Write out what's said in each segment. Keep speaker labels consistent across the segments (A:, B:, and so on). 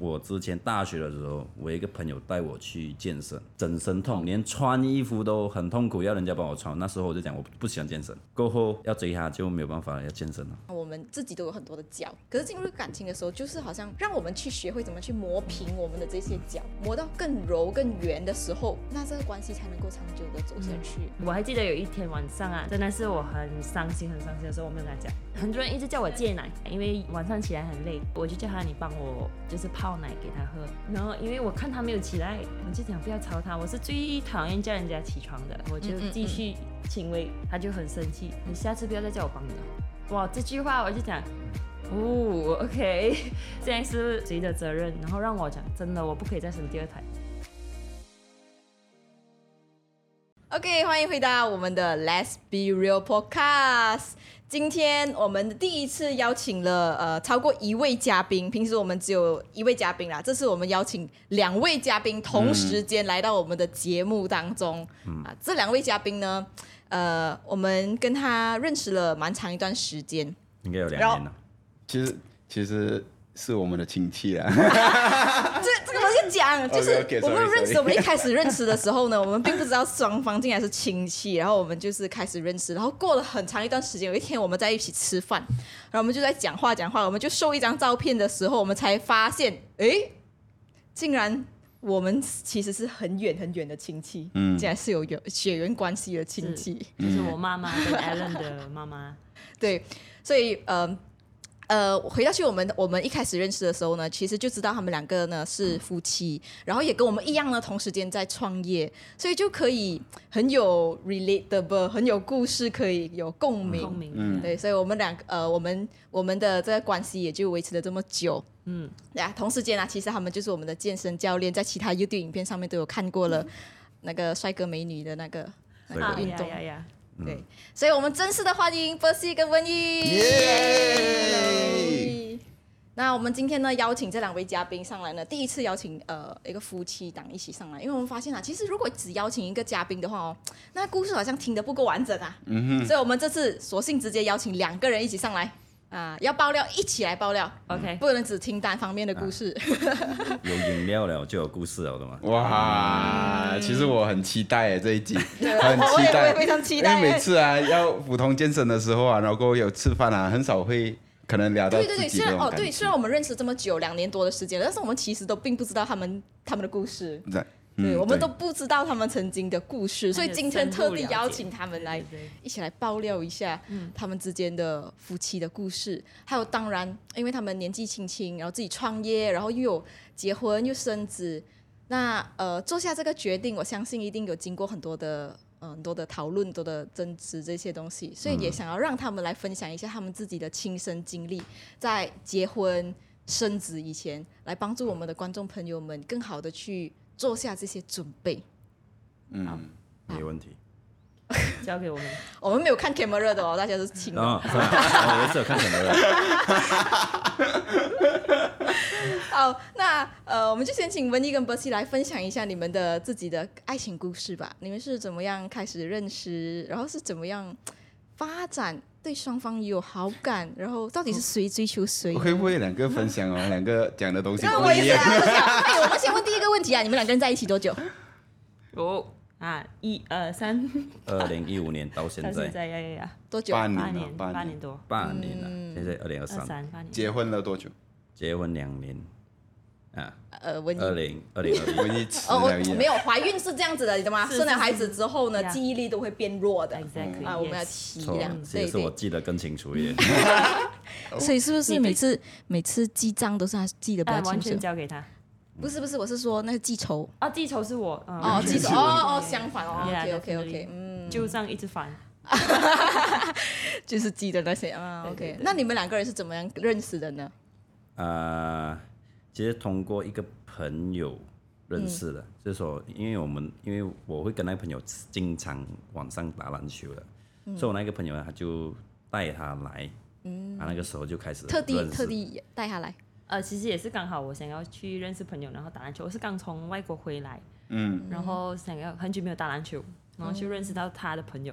A: 我之前大学的时候，我一个朋友带我去健身，整身痛，连穿衣服都很痛苦，要人家帮我穿。那时候我就讲我不喜欢健身，过后要追他就没有办法了，要健身了。
B: 我们自己都有很多的角，可是进入感情的时候，就是好像让我们去学会怎么去磨平我们的这些角，磨到更柔、更圆的时候，那这个关系才能够长久的走下去。
C: 我还记得有一天晚上啊，真的是我很伤心、很伤心的时候，我没有跟他讲。很多人一直叫我戒奶，因为晚上起来很累，我就叫他你帮我就是泡奶给他喝。然后因为我看他没有起来，我就想不要吵他，我是最讨厌叫人家起床的，我就
B: 嗯嗯嗯
C: 继续轻微，他就很生气，你下次不要再叫我帮你了。哇，这句话我就讲。哦，OK，现 在是
D: 嗯
C: 谁的责任？然后让我讲，真的，我不可以再生第二胎。
B: OK，欢迎回到我们的 Let's Be Real Podcast。今天我们第一次邀请了呃超过一位嘉宾，平时我们只有一位嘉宾啦，这次我们邀请两位嘉宾同时间来到我们的节目当中。啊，这两位嘉宾呢，呃，我们跟他认识了蛮长一段时间，
A: 应该有两
B: 然后
A: 年了，
D: 其实其实是我们的亲戚啊，
B: 这这个东西讲，就是
D: OK，OK，sorry，
B: 我们认识，
D: sorry
B: 我们一开始认识的时候呢，我们并不知道双方竟然是亲戚，然后我们就是开始认识，然后过了很长一段时间，有一天我们在一起吃饭，然后我们就在讲话讲话，我们就收一张照片的时候，我们才发现，诶，竟然我们其实是很远很远的亲戚，
D: 嗯
B: 竟然是有有血缘关系的亲戚，
C: 就是我妈妈跟 Allen 的妈妈，
B: 对，所以呃呃，回到去我们我们一开始认识的时候呢，其实就知道他们两个呢
C: 嗯
B: 是夫妻，然后也跟我们一样呢，同时间在创业，所以就可以很有 relatable，很有故事，可以有共鸣。
C: 聪明，
D: 嗯
B: 对，所以我们两个呃，我们我们的这个关系也就维持了这么久。
C: 嗯，
B: 对啊，同时间啊，其实他们就是我们的健身教练，在其他 YouTube 影片上面都有看过了，那个帅哥美女的那个那
A: 帅
B: 个
A: 哥
B: 运动。
C: 嗯啊呀呀呀！
D: 嗯
B: 对，所以我们正式的欢迎波西跟温一。
D: 耶！
B: Hello 那我们今天呢，邀请这两位嘉宾上来呢，第一次邀请呃一个夫妻档一起上来，因为我们发现啊，其实如果只邀请一个嘉宾的话哦，那故事好像听得不够完整啊。嗯哼。所以我们这次索性直接邀请两个人一起上来啊、要爆料一起来爆料，
C: OK，
B: 不能只听单方面的故事。
A: 有饮料了就有故事了的嘛。
D: 哇，其实我很期待哎这一 集，很
B: 我
D: 期
B: 也我
D: 待
B: 也，非常期
D: 因
B: 待。
D: 为每次啊要普通健身的时候啊，然后有吃饭啊，很少会可能聊到
B: 对对
D: 自
B: 对，
D: 己
B: 虽
D: 的
B: 然
D: 那
B: 哦
D: 种
B: 对，
D: 感
B: 虽
D: 情
B: 然我们认识这么久，两年多的时间了，但是我们其实都并不知道他们他们的故事。
D: 对，
B: 对，
D: 嗯
B: 我们都不知道他们曾经的故事，所以今天特地邀请他们来
C: 对对对
B: 一起来爆料一下他们之间的夫妻的故事。还有，当然，因为他们年纪轻轻，然后自己创业，然后又有结婚又生子，那呃做下这个决定，我相信一定有经过很多的。呃很多的讨论、很多的争执这些东西，所以也想要让他们来分享一下他们自己的亲身经历，在结婚、生子以前，来帮助我们的观众朋友们更好的去做下这些准备。
D: 嗯，
A: 没问题。
C: 交给我们。
B: 我们没有看 camera 的哦，大家都是听 的。
A: 啊，是吗哦我也是有看很多的。
B: 好，那呃，我们就先请温妮跟波西来分享一下你们的自己的爱情故事吧。你们是怎么样开始认识，然后是怎么样发展对双方有好感，然后到底是谁追求谁？
D: 会不会两个分享哦？两个讲的东西
B: 那
D: 不
B: 我也
D: 一
B: 是
D: 样
B: 啊，。我想，哎，我们先问第一个问题啊，你们两个人在一起多久？
C: 有啊，一二三，
A: 二零一五年到
C: 到
A: 现
C: 现
A: 在
C: 在呀呀呀，
B: 多久？
D: 八
C: 八
D: 年了
C: 年，，
D: 嗯八
C: 八
D: 年
C: 年，多，
A: 半年了，现在二零二
C: 二
A: 三，
C: 三八年。
D: 结婚了多久？
A: 结婚两年啊，
B: 呃，温妮
A: 二。零二零二
D: 我
A: 一。
D: 一起
B: 哦，我
D: 聊一
B: 我
D: 聊
B: 没有怀孕是这样子的，你懂吗？
C: 是
B: 生了
C: 是
B: 孩子之后呢，
C: Yeah
B: 记忆力都会变弱的。
C: Exactly
B: 啊，我们要
C: yes
B: 提
A: 错
B: 两
A: 了，其
B: 对
A: 实是我
B: 对，
A: 记得更清楚一点。
B: 所以是不是
C: 你
B: 每次每次记账都是他记得比较
C: 啊，完全
B: 清楚？
C: 交给他。
B: 不是不是，我是说那个记仇
C: 啊，记仇是我。
B: 哦，
C: 哦
B: 记 仇哦哦，相反哦
C: Yeah，
B: ，OK OK OK，
C: definitely
B: 嗯，
C: 就这样一直烦。
B: 就是记得那些啊
C: 对对
B: ，OK
C: 对。
B: 那你们两个人是怎么样认识的呢？
A: 呃，其实通过一个朋友认识的，
B: 嗯
A: 就是说，因为我们因为我会跟那个朋友经常晚上打篮球的，
B: 嗯
A: 所以我那个朋友呢，他就带他来，嗯，啊，那个时候就开始
B: 特地
A: 认识
B: 特地带他来，
C: 呃，其实也是刚好我想要去认识朋友，然后打篮球。我是刚从外国回来，
D: 嗯，
C: 然后想要很久没有打篮球，然后就认识到他的朋友，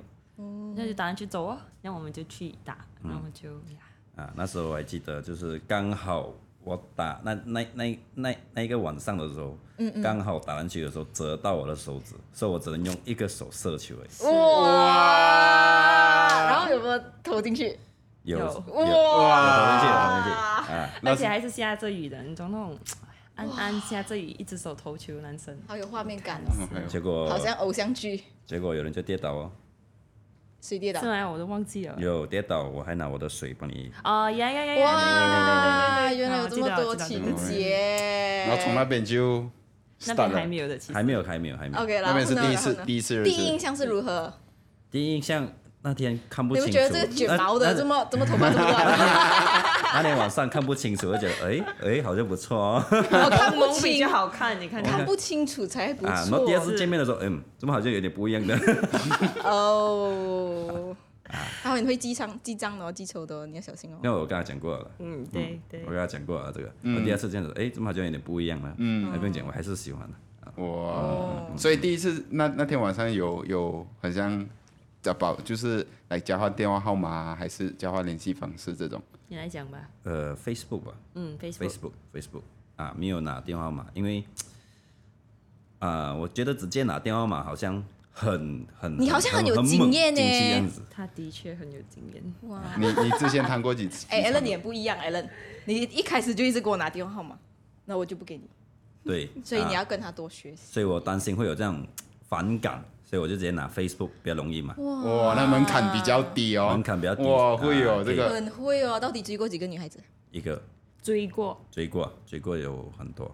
C: 那就打篮球走哦，然后我们就去打，然后就呀
A: 啊，那时候我还记得，就是刚好我打那那那那那一个晚上的时候，
B: 嗯
A: 刚好打篮球的时候折到我的手指，所以我只能用一个手射球而已。
B: 哦哇！然后有没有投进去？
A: 有
C: 有
A: 有
B: 哇！
A: 有打进去，打进去啊！
C: 而且还是下着雨的，你懂 那种暗暗下着雨，一只手投球，男生
B: 好有画面感，哦
D: OK，
A: 结果
B: 好像偶像剧，
A: 结果有人就跌倒哦，
B: 谁跌倒
C: 是？啊吗？我都忘记了。
A: 有跌倒，我还拿我的水帮你。
C: 哦，呀呀呀呀！
B: 哇，
C: 对对对对对对
B: 原来有这么多
C: 啊我
B: 情
C: 记得我记得
B: 节。
D: 然后从那边就
C: 那
D: start
C: 边还
D: 了
C: 没，有的，其实
A: 还没有，还没有，还没有。
B: OK 了，
D: 那边是第一
B: 然后
D: 次
B: 呢
D: 第一次认
B: 第一印
D: 识，
B: 象是如何？
A: 第一印象那天看不
B: 你
A: 清
B: 们
A: 楚，
B: 觉得这个卷
A: 那
B: 毛的
A: 那
B: 这么这么头发这么短，
A: 那天晚上看不清楚，就觉得哎哎好像不错哦。
B: 我看不
C: 蒙比
B: 清
C: 较，好看，你看
B: 看
C: 看。
B: 不清楚才不
A: 啊，然后第二
B: 错
A: 次见面的时候，嗯，怎么好像有点不一样 的？
B: 哦。然后你会记账记账的哦，记仇的哦，你要小心哦。
A: 因为我跟他讲过了。
C: 嗯，对对
A: 我跟。他讲过了这个，我第二次这样子，哎，怎么好像有点不一样了？嗯，还不用
B: 哦
A: 讲，我还是喜欢的。
D: 哇！所以第一次那那天晚上有有很像找宝，就是来交换电话号码啊还是交换联系方式这种。
C: 你来讲吧。
A: 呃，Facebook 吧
C: 嗯，Facebook。
A: ，Facebook，Facebook 啊，没有拿电话号码，因为啊，我觉得直接拿电话号码好像很很，
B: 你好像很有
A: 很
B: 经验
A: 猛
B: 欸
A: 进去
B: 耶
A: 样子。
C: 他的确很有经验。
B: 哇，
D: 你你之前谈过几 次？
B: 哎，Allen 你也不一样，Allen，你一开始就一直给我拿电话号码，那我就不给你，
A: 对，
B: 所以
A: 啊
B: 你要跟他多学习。
A: 所以我担心会有这种反感，所以我就直接拿 Facebook 比较容易嘛。
D: 哇，那门槛比较低哦，
A: 门槛比较低
D: 哇，会有
A: 啊可
D: 这
A: 以
D: 个
B: 很会哦，到底追过几个女孩子？
A: 一个
C: 追过，
A: 追过，追过有很多，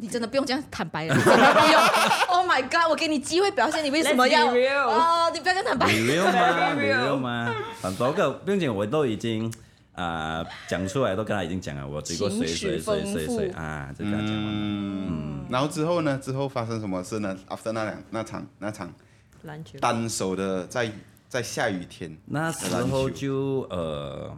B: 你真的不用这样坦白了，你真的不用。Oh my god！我给你机会表现，你为什么
C: Let's
B: 要？
C: be real
B: 哦，你不要这样坦白。
A: 没有吗？
C: Very
A: 没
C: real
A: 有吗？很多个，并且我都已经啊、讲出来，都跟他已经讲了，我追过谁谁谁谁谁啊，就跟他讲完了。
D: 嗯。然后之后呢？之后发生什么事呢？after 那两那场那场
C: 篮球。
D: 单手的在在下雨天，
A: 那时候就呃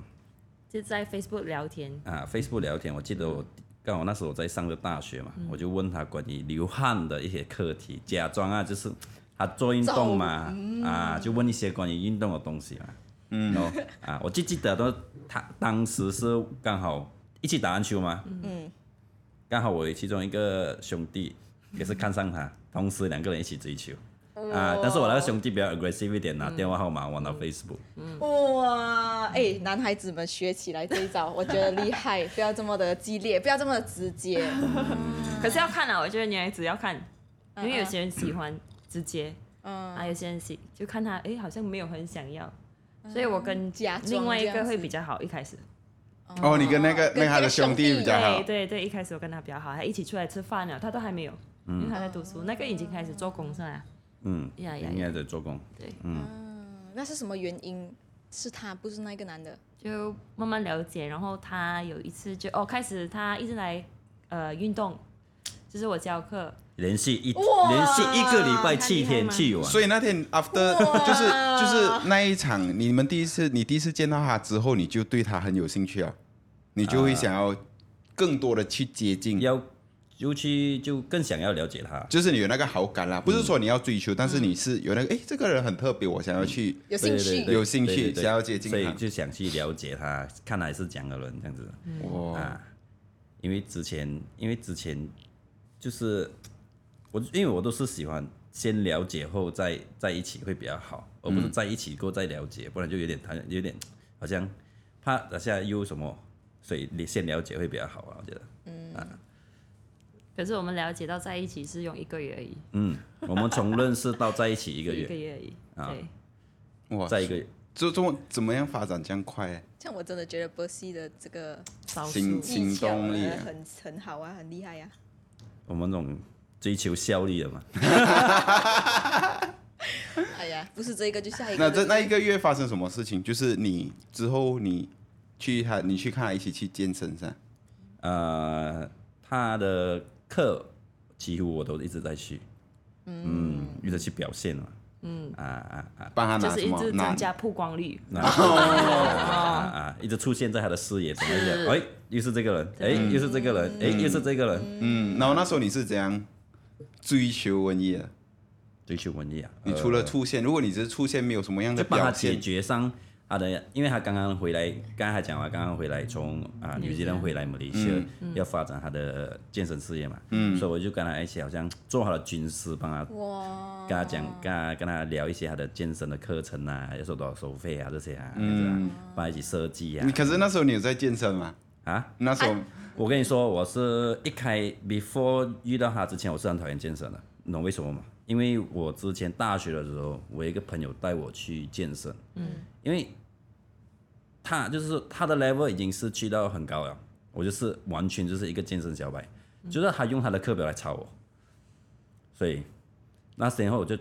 C: 就在 Facebook 聊天。
A: 啊，Facebook 聊天，我记得我刚好那时候我在上着大学嘛，我就问他关于流汗的一些课题，假装啊，就是他做运动嘛，啊，就问一些关于运动的东西嘛。嗯，哦，啊，我就记得都他当时是刚好一起打篮球嘛，
B: 嗯，
A: 刚好我其中一个兄弟也是看上他，同时两个人一起追求。啊！但是我那个兄弟比较 aggressive 一点，拿电话号码玩到 Facebook，
B: 哇，哎，男孩子们学起来这一招，我觉得厉害，不要这么的激烈，不要这么的直接。嗯
C: 可是要看啊，我觉得女孩子要看，因为有些人喜欢直接，
B: 嗯，
C: 啊，有些人喜就看他，哎，好像没有很想要。所以我跟
B: 嗯假装
C: 另外一
B: 这
C: 个
B: 样
C: 会
B: 子
C: 比较好，一开始。
D: 哦，你跟那个
B: 跟
D: 那个他
B: 那个
D: 的
B: 兄
D: 兄弟
B: 弟
D: 比较好
C: 对，对对，一开始我跟他比较好，还一起出来吃饭了，他都还没有，因为他在读书，那个已经开始做工上了。
A: 嗯，
C: 哎呀呀
A: 应该在做工。
B: 那是什么原因？是他，不是那个男的。
C: 就慢慢了解，然后他有一次就哦，开始他一直来呃运动，就是我教课，
A: 连续一
B: 哇
A: 连续一个礼拜七天去玩，
D: 所以那天 after 就是就是那一场，你们第一次你第一次见到他之后，你就对他很有兴趣啊，你就会想要更多的去接近，
C: 啊
A: 要就去就更想要了解他。
D: 就是你有那个好感啊啦，不是说你要追
C: 嗯
D: 求，但是你是有那个哎，这个人很特别，我想要去
B: 有
A: 对
B: 兴
A: 对
B: 趣
A: 对
D: 有兴趣
A: 对对对
D: 想要接近他
A: 所以就想去了解他，看他是怎样的人这样子
D: 哇，
B: 嗯
A: 啊。因为之前，因为之前就是我，因为我都是喜欢先了解后再在一起会比较好，而不是在一起过再了解，不然就有点谈有点好像怕等下又什么，所以你先了解会比较好啊，我觉得。
C: 可是我们了解到在一起是用一个月而已，
A: 嗯，我们从认识到在一起一个
C: 一个
A: 月，
C: 月而已，
A: 啊
C: 对，嗯
D: 哇，
A: 在一个月。
D: 这这么怎么样发展这样快？啊
B: 像我真的觉得波西的这个
C: 少数
D: 行行
B: 技巧啊
D: 动力啊
B: 很很好啊，很厉害呀、
A: 我们这种追求效率的嘛，
B: 哎呀，不是这个就下一个。
D: 那这那一个月发生什么事情？就是你之后你去他，你去看他一起去健身噻。
A: 呃，他的课几乎我都一直在去，嗯，一直去表现嘛，嗯，啊啊啊
D: 帮他
C: 就
D: 拿
C: 是
D: 什
C: 一
D: 么？
C: 直
D: 拿
C: 增加曝光率， 哦
A: 啊啊，一直出现在他的视野，怎么样？哎，又是这个人，哎，又是这个人，哎，又是这个人，
D: 嗯，然后那时候你是怎样追求文艺的？
A: 追求文艺啊，
D: 你
A: 呃
D: 除了出现，如果你只是出现没有什么样的
A: 就帮他
D: 表
A: 解
D: 现，
A: 决上啊，等一下，因为他刚刚回来，刚才讲了，刚刚回来从啊纽西兰嗯回来马来西亚，要发展他的健身事业嘛，嗯，所以我就跟他一起好像做好了军师，帮他
B: 哇，
A: 跟他讲，跟他跟他聊一些他的健身的课程啊，要收多少收费啊这些啊，嗯、啊，帮他一起设计啊
D: 你，可是那时候你有在健身吗？
A: 啊，
D: 那时候
A: 我跟你说，我是一开 before 遇到他之前，我是很讨厌健身的，你懂为什么吗？因为我之前大学的时候，我有一个朋友带我去健身，嗯，因为他就是他的 level 已经是去到很高了，我就是完全就是一个健身小白，就是他用他的课表来抄我，所以那时候我就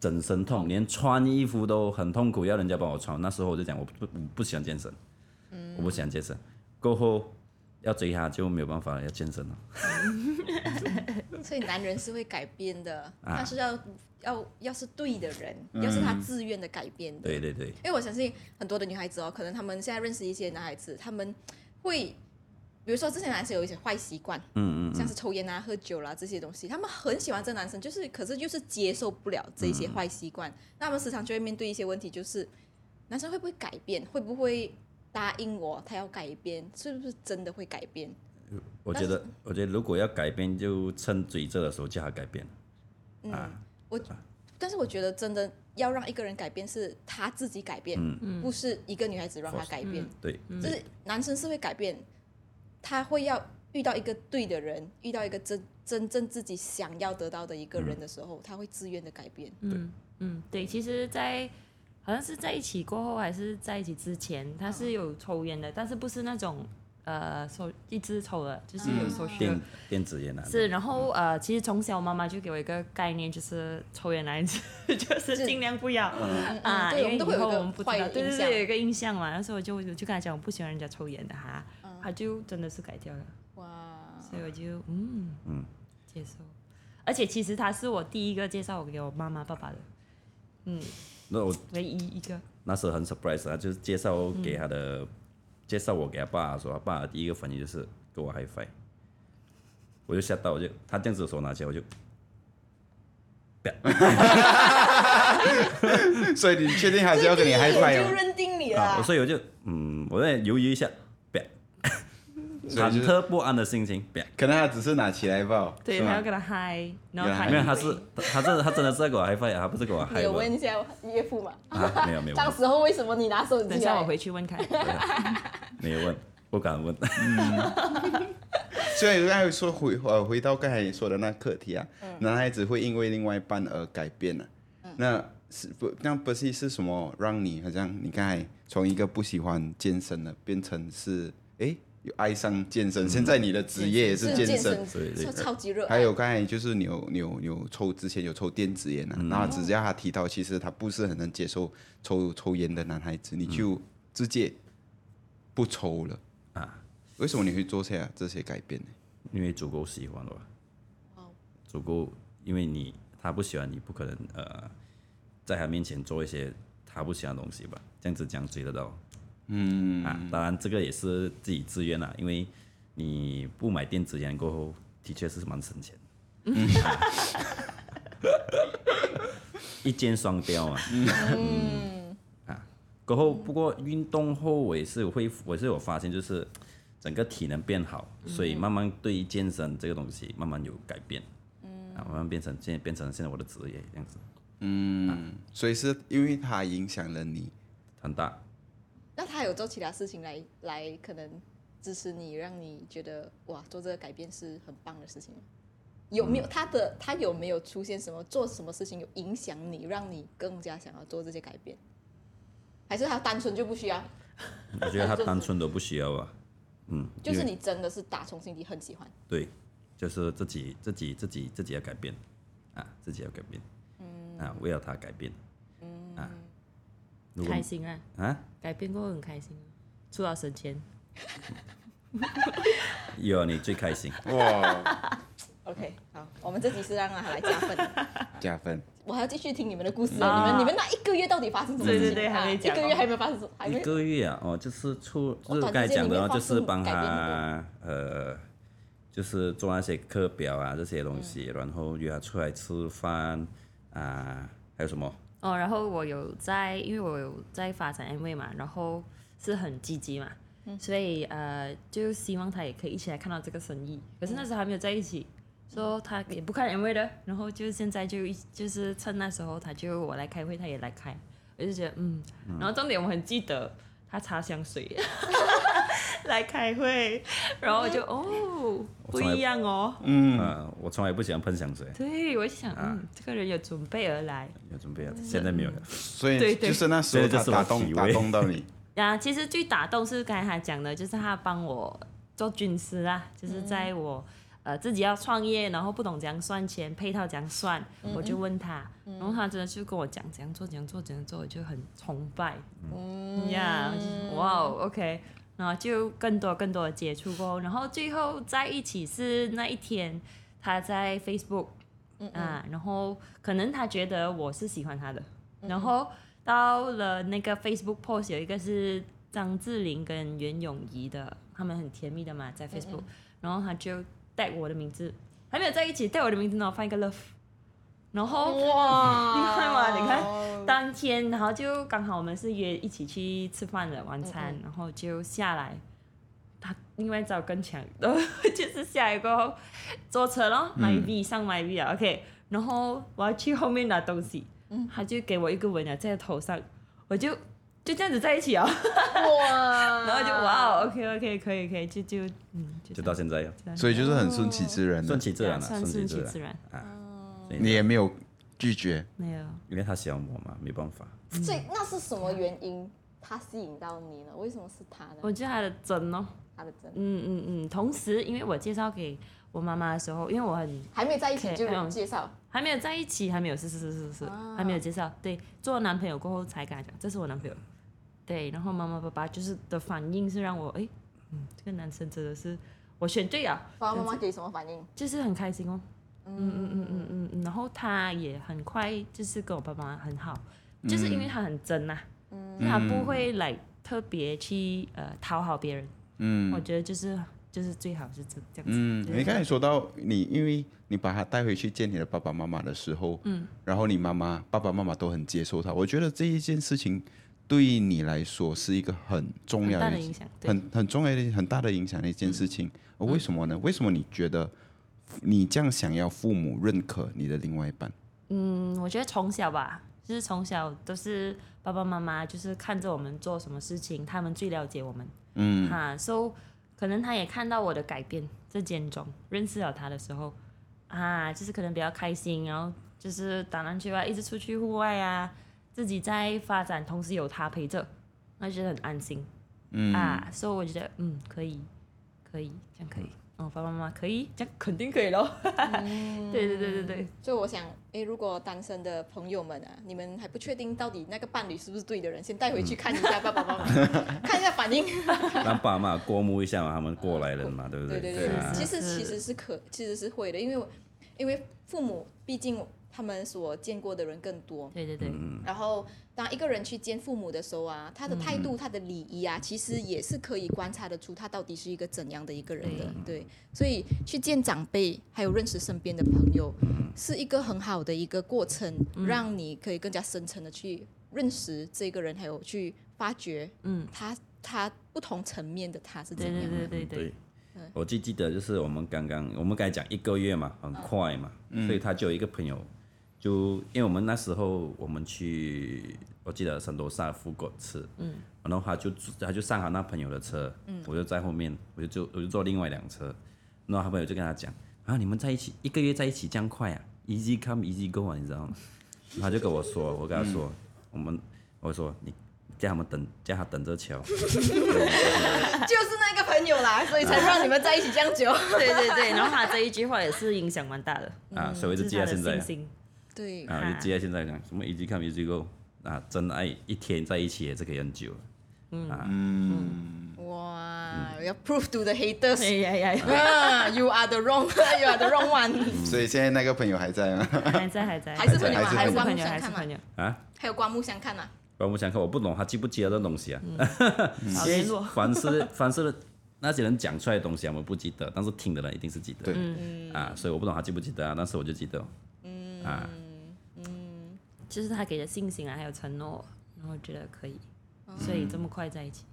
A: 整身痛，连穿衣服都很痛苦，要人家帮我穿。那时候我就讲我不不不喜欢健身，我不喜欢健身。过后要追他就没有办法了，要健身了。
B: 所以男人是会改变的，
D: 啊
B: 他是要要要是对的人，
D: 嗯
B: 要是他自愿的改变的。
A: 对对对，
B: 因为我相信很多的女孩子哦，可能她们现在认识一些男孩子，她们会，比如说之前男生有一些坏习惯，
A: 嗯嗯
B: 像是抽烟啊、喝酒啦、这些东西，他们很喜欢这个男生，就是可是就是接受不了这些坏习惯，那他们时常就会面对一些问题，就是男生会不会改变，会不会答应我他要改变，是不是真的会改变？
A: 我觉得我觉得如果要改变，就趁追这的时候叫他改变。啊，
B: 但是我觉得真的要让一个人改变，是他自己改变，
A: 嗯
B: 不是一个女孩子让他改变。
A: 对，
B: 嗯就是男生是会改变，他会要遇到一个对的人，遇到一个真真正自己想要得到的一个人的时候，他会自愿的改变。
C: 嗯嗯，对，其实在，好像是在一起过后，还是在一起之前，他
B: 嗯
C: 是有抽烟的，但是不是那种呃手一直抽的，就是
B: 嗯
C: 有手续、
A: 电电子烟啊，
C: 是，然后呃，其实从小妈妈就给我一个概念，就是抽烟来， 就是尽量不要。
B: 嗯
C: 啊，
B: 对，
C: 因
B: 我们
C: 为以
B: 都会有
C: 后
B: 一
C: 我
B: 个
C: 们不知
B: 坏
C: 道，
B: 的
C: 对
B: 印
C: 对
B: 象。
C: 对，有一个印象嘛。那时候我就我就跟他讲，我不喜欢人家抽烟的哈，他就真的是改掉了，
B: 嗯哇，
C: 所以我就嗯嗯接受。而且其实他是我第一个介绍我给我妈妈爸爸的，
A: 那我
C: 唯一一个。
A: 那时候很 surprise，他就是介绍给他的，介绍我给他爸的时候，他爸的第一个反应就是给我 high five，我就吓到，我就他这样子的手拿起来，我就
D: 所以你确定还是要跟你嗨
B: 我
D: 翻
B: 就
D: 哦？
B: 认定你
A: 啊，
B: 了。
A: 所以我就嗯，我在犹豫一下，别，
D: 所以
A: 忐
D: 就是
A: 忑不安的心情，别。
D: 可能他只是拿起来吧，
C: 对，
D: 是
C: 他
D: 吗
C: 要跟他嗨，然后
D: 原来
C: 他
A: 没有，
C: 以
A: 他
C: 为
A: 是他这他真的是在给我 high five，他不是啊给我 high
B: 你有问
A: five
B: 一下岳父吗？
A: 啊，没有没有
B: 当
A: 问，
B: 时候为什么你拿手机？
C: 等一下我回去问看。
A: 没有问，不敢问。
D: 所以刚才说回呃回到刚才说的那课题啊，男孩子会因为另外一半而改变了、那是不那不是是什么让你好像你刚才从一个不喜欢健身的变成是诶有爱上健
A: 嗯
D: 身、现在你的职业也
B: 是
D: 健
B: 健
D: 身，
B: 身，
A: 对对
B: 超超级 热爱。
D: 还有刚才就是你有你有你有抽之前有抽电子烟啊，
A: 嗯
D: 然后只是要他提到其实他不是很能接受抽抽烟的男孩子，你就直接不抽了
A: 啊？
D: 为什么你会做下这些改变呢？
A: 因为足够喜欢了吧
B: 哦，
A: 足够，因为你他不喜欢你，不可能呃，在他面前做一些他不喜欢的东西吧，这样子讲追得到。嗯啊，当然这个也是自己自愿啦，因为你不买电子烟过后，的确是蛮省钱。嗯、一箭双雕啊。过后，不过运动后我也是有会，我是有发现，就是整个体能变好，所以慢慢对健身这个东西慢慢有改变，嗯，啊，慢慢变成现在变成现在我的职业这样子，
D: 所以是因为他影响了你，
A: 很 大。
B: 那他有做其他事情来来可能支持你，让你觉得哇，做这个改变是很棒的事情吗？有没有
C: 嗯
B: 他的他有没有出现什么做什么事情有影响你，让你更加想要做这些改变？还是他单纯就不需要？
A: 我觉得他单纯都不需要啊，嗯，
B: 就是
A: 因为
B: 你真的是打从心底很喜欢，
A: 对，就是自己自己自己自己要改变，啊，自己要改变，嗯，啊，为了他改变，嗯，啊，如果
C: 开心啊，
A: 啊
C: 改变过后很开心啊，出到省钱。
A: 有你最开心，
D: 哇，
B: OK，好，我们这集是让他来加 分，
D: 加分！
B: 我还要继续听你们的故事哦、
C: 啊
B: 你们你们那一个月到底发生什么事情？
C: 对对对还没
B: 啊
C: 讲哦
B: 一个月还没发生什么，还
A: 一
B: 没
A: 个月啊，哦，就是出
B: 我
A: 就是刚
B: 短时
A: 才
B: 间
A: 讲
B: 里
A: 的
B: 面
A: 哦，
B: 发
A: 就是
B: 生
A: 帮
B: 改变
A: 他呃，就是做那些课表啊这些东西，然后约他出来吃饭啊、还有什么
C: 哦，然后我有在，因为我有在发展 MV 嘛，然后是很积极嘛，所以呃，就希望他也可以一起来看到这个生意。可是那时候还没有在一起，说他也不看 MV 的，然后就现在就一就是趁那时候他就我来开会，他也来开，我就觉得嗯，然后重点我很记得他擦香水来开会，然后我就哦
A: 我
C: 不
A: 从来
C: 一样哦，
A: 嗯、啊呃，我从来不喜欢喷香水，
C: 对，我就想嗯，这个人有准备而来。
A: 有准备了，啊现在没有了。
D: 所以
C: 对对
D: 就是那时候
A: 所以这
D: 他
A: 是我
D: 打动
A: 体
D: 打
A: 味
D: 动到你，
C: 啊，其实最打动是刚才他讲的，就是他帮我做军师啊，就是在我、呃自己要创业，然后不懂怎样算钱，配套怎样算，我就问他，然后他真的就跟我讲怎样做，怎样做，怎样做，我就很崇拜，嗯呀，就是哇哦，OK。然后就更多更多的接触过后，然后最后在一起是那一天，他在 Facebook 啊，然后可能他觉得我是喜欢他的，然后到了那个 Facebook post 有一个是张智霖跟袁咏仪的，他们很甜蜜的嘛，在 Facebook，、然后他就带我的名字，还没有在一起，带我的名字，然后放一个 love，然后
B: 哇
C: 你看嘛，你看当天，然后就刚好我们是约一起去吃饭的晚餐，然后就下来，他另外找更强的， 就是下来过后坐车咯，
A: 嗯
C: 买 V、上买 V 啊，OK，然后我要去后面拿东西，他就给我一个吻啊在头上，我就就这样子在一起啊，
B: 哇，
C: 然后就哇、o k OK 可以可以，就就嗯，就
A: 就到现在了，
D: 所以就是很顺其自然的
A: 顺，其自
C: 这
A: 然
C: 样
A: 了，
C: 算
A: 顺
C: 顺
A: 其
C: 其
A: 自
C: 自
A: 然，
C: 然，
D: 你也没有拒绝。
C: 没有。
A: 因为他喜欢我嘛，没办法。
B: 所以那是什么原因他吸引到你呢？为什么是他
C: 我
B: 呢？
C: 觉得他的真哦，
B: 他的真
C: 嗯嗯嗯，同时因为我介绍给我妈妈的时候，因为我很
B: 还没在一起
C: OK，
B: 就
C: 嗯
B: 介绍，
C: 还没有在一起，还没有，是是是是是，
B: 啊
C: 还没有介绍。对，做男朋友过后才跟他讲，这是我男朋友。对，然后妈妈爸爸就是的反应是让我，哎，嗯，这个男生真的是我选对了，
B: 爸爸妈妈给什么反应？
C: 就是很开心哦。嗯嗯嗯嗯嗯嗯，然后他也很快就是跟我爸妈很好，就是因为他很真呐、嗯，他不会来特别去呃讨好别人。嗯，我觉得就是就是最好是这这样子。
D: 嗯，
C: 就是
D: 你刚才说到你，因为你把他带回去见你的爸爸妈妈的时候，嗯，然后你妈妈、爸爸妈妈都很接受他，我觉得这一件事情对你来说是一个很重
C: 很
D: 要
C: 大
D: 的
C: 的
D: 一
C: 影响，对。嗯
D: 很很重要的、很大的影响的一件事情。呃为什么呢？为什么你觉得你这样想要父母认可你的另外一半？
C: 嗯，我觉得从小吧，就是从小都是爸爸妈妈就是看着我们做什么事情，他们最了解我们。嗯，哈、so 可能他也看到我的改变，这间中认识了他的时候，啊，就是可能比较开心，然后就是打篮球啊，一直出去户外啊，自己在发展，同时有他陪着，那就觉得很安心。嗯啊，所、以我觉得嗯可以，可以，这样可以。哦，爸爸妈妈可以，这样肯定可以咯。 对对对对对，
B: 所以我想，诶，如果单身的朋友们啊，你们还不确定到底那个伴侣是不是对的人，先带回去看一下爸爸妈妈，看一下反应。
A: 让爸妈过目一下嘛，他们过来人嘛，对不
B: 对对
A: 对
B: 对，
A: 啊
B: 其实
C: 是
B: 其实是可其实是会的，因为因为父母毕竟他们所见过的人更多，
C: 对对对，
B: 然后当一个人去见父母的时候啊，他的态度、
C: 嗯
B: 他的礼仪啊，其实也是可以观察得出他到底是一个怎样的一个人的。对，所以去见长辈，还有认识身边的朋友，
C: 嗯
B: 是一个很好的一个过程，让你可以更加深层的去认识这个人，还有去发掘，
C: 嗯，
B: 他他不同层面的他是怎
C: 对
B: 样
C: 对
B: 的。
C: 对对对
A: 对。嗯我最记得就是我们刚刚我们刚才讲一个月嘛，很快嘛，所以他就有一个朋友，就因为我们那时候我们去，我记得圣罗萨富果吃，嗯，然后他就他就上好那朋友的车，嗯，我就在后面，我就就我就坐另外一辆车，然后他朋友就跟他讲啊，你们在一起一个月在一起这样快啊，easy come easy go 啊，你知道吗？然后他就跟我说，我跟他说，我们我说你叫他们等，叫他等着瞧。
B: 就是那个朋友啦，所以才让你们在一起这样 久。
C: 对对对，然后他这一句话也是影响蛮大的，
A: 啊，所以我
C: 就
A: 就是记
C: 他
A: 到
C: 的
A: 现在
C: 信
A: 啊。
C: 心。
B: 对，
A: 啊，
C: 哈
A: 就接到现在讲什么 easy come easy go 啊，真爱一天在一起也是可以很久了。
C: 嗯
B: 哇，要 prove to the haters
C: 哎。呀呀呀，
B: 啊，You are the wrong, you are the wrong one，
D: 所以现在那个朋友还在吗？
C: 还在还在，
B: 还是朋友吗？
D: 还
B: 还有
C: 是
B: 刮
C: 朋
B: 目
C: 友，还
B: 相看
C: 是朋
B: 嘛？
C: 友，
B: 还有刮目相看啊嘛？
A: 不然我想看，我不懂他记不记得这东西啊？
C: 好联络。
A: 凡是凡是那些人讲出来的东西啊，我们不记得，但是听的人一定是记得。
D: 对
A: 啊，所以我不懂他记不记得啊，但是我就记得哦。啊，
C: 就是他给的信心啊，还有承诺，然后我觉得可以，所以这么快在一起。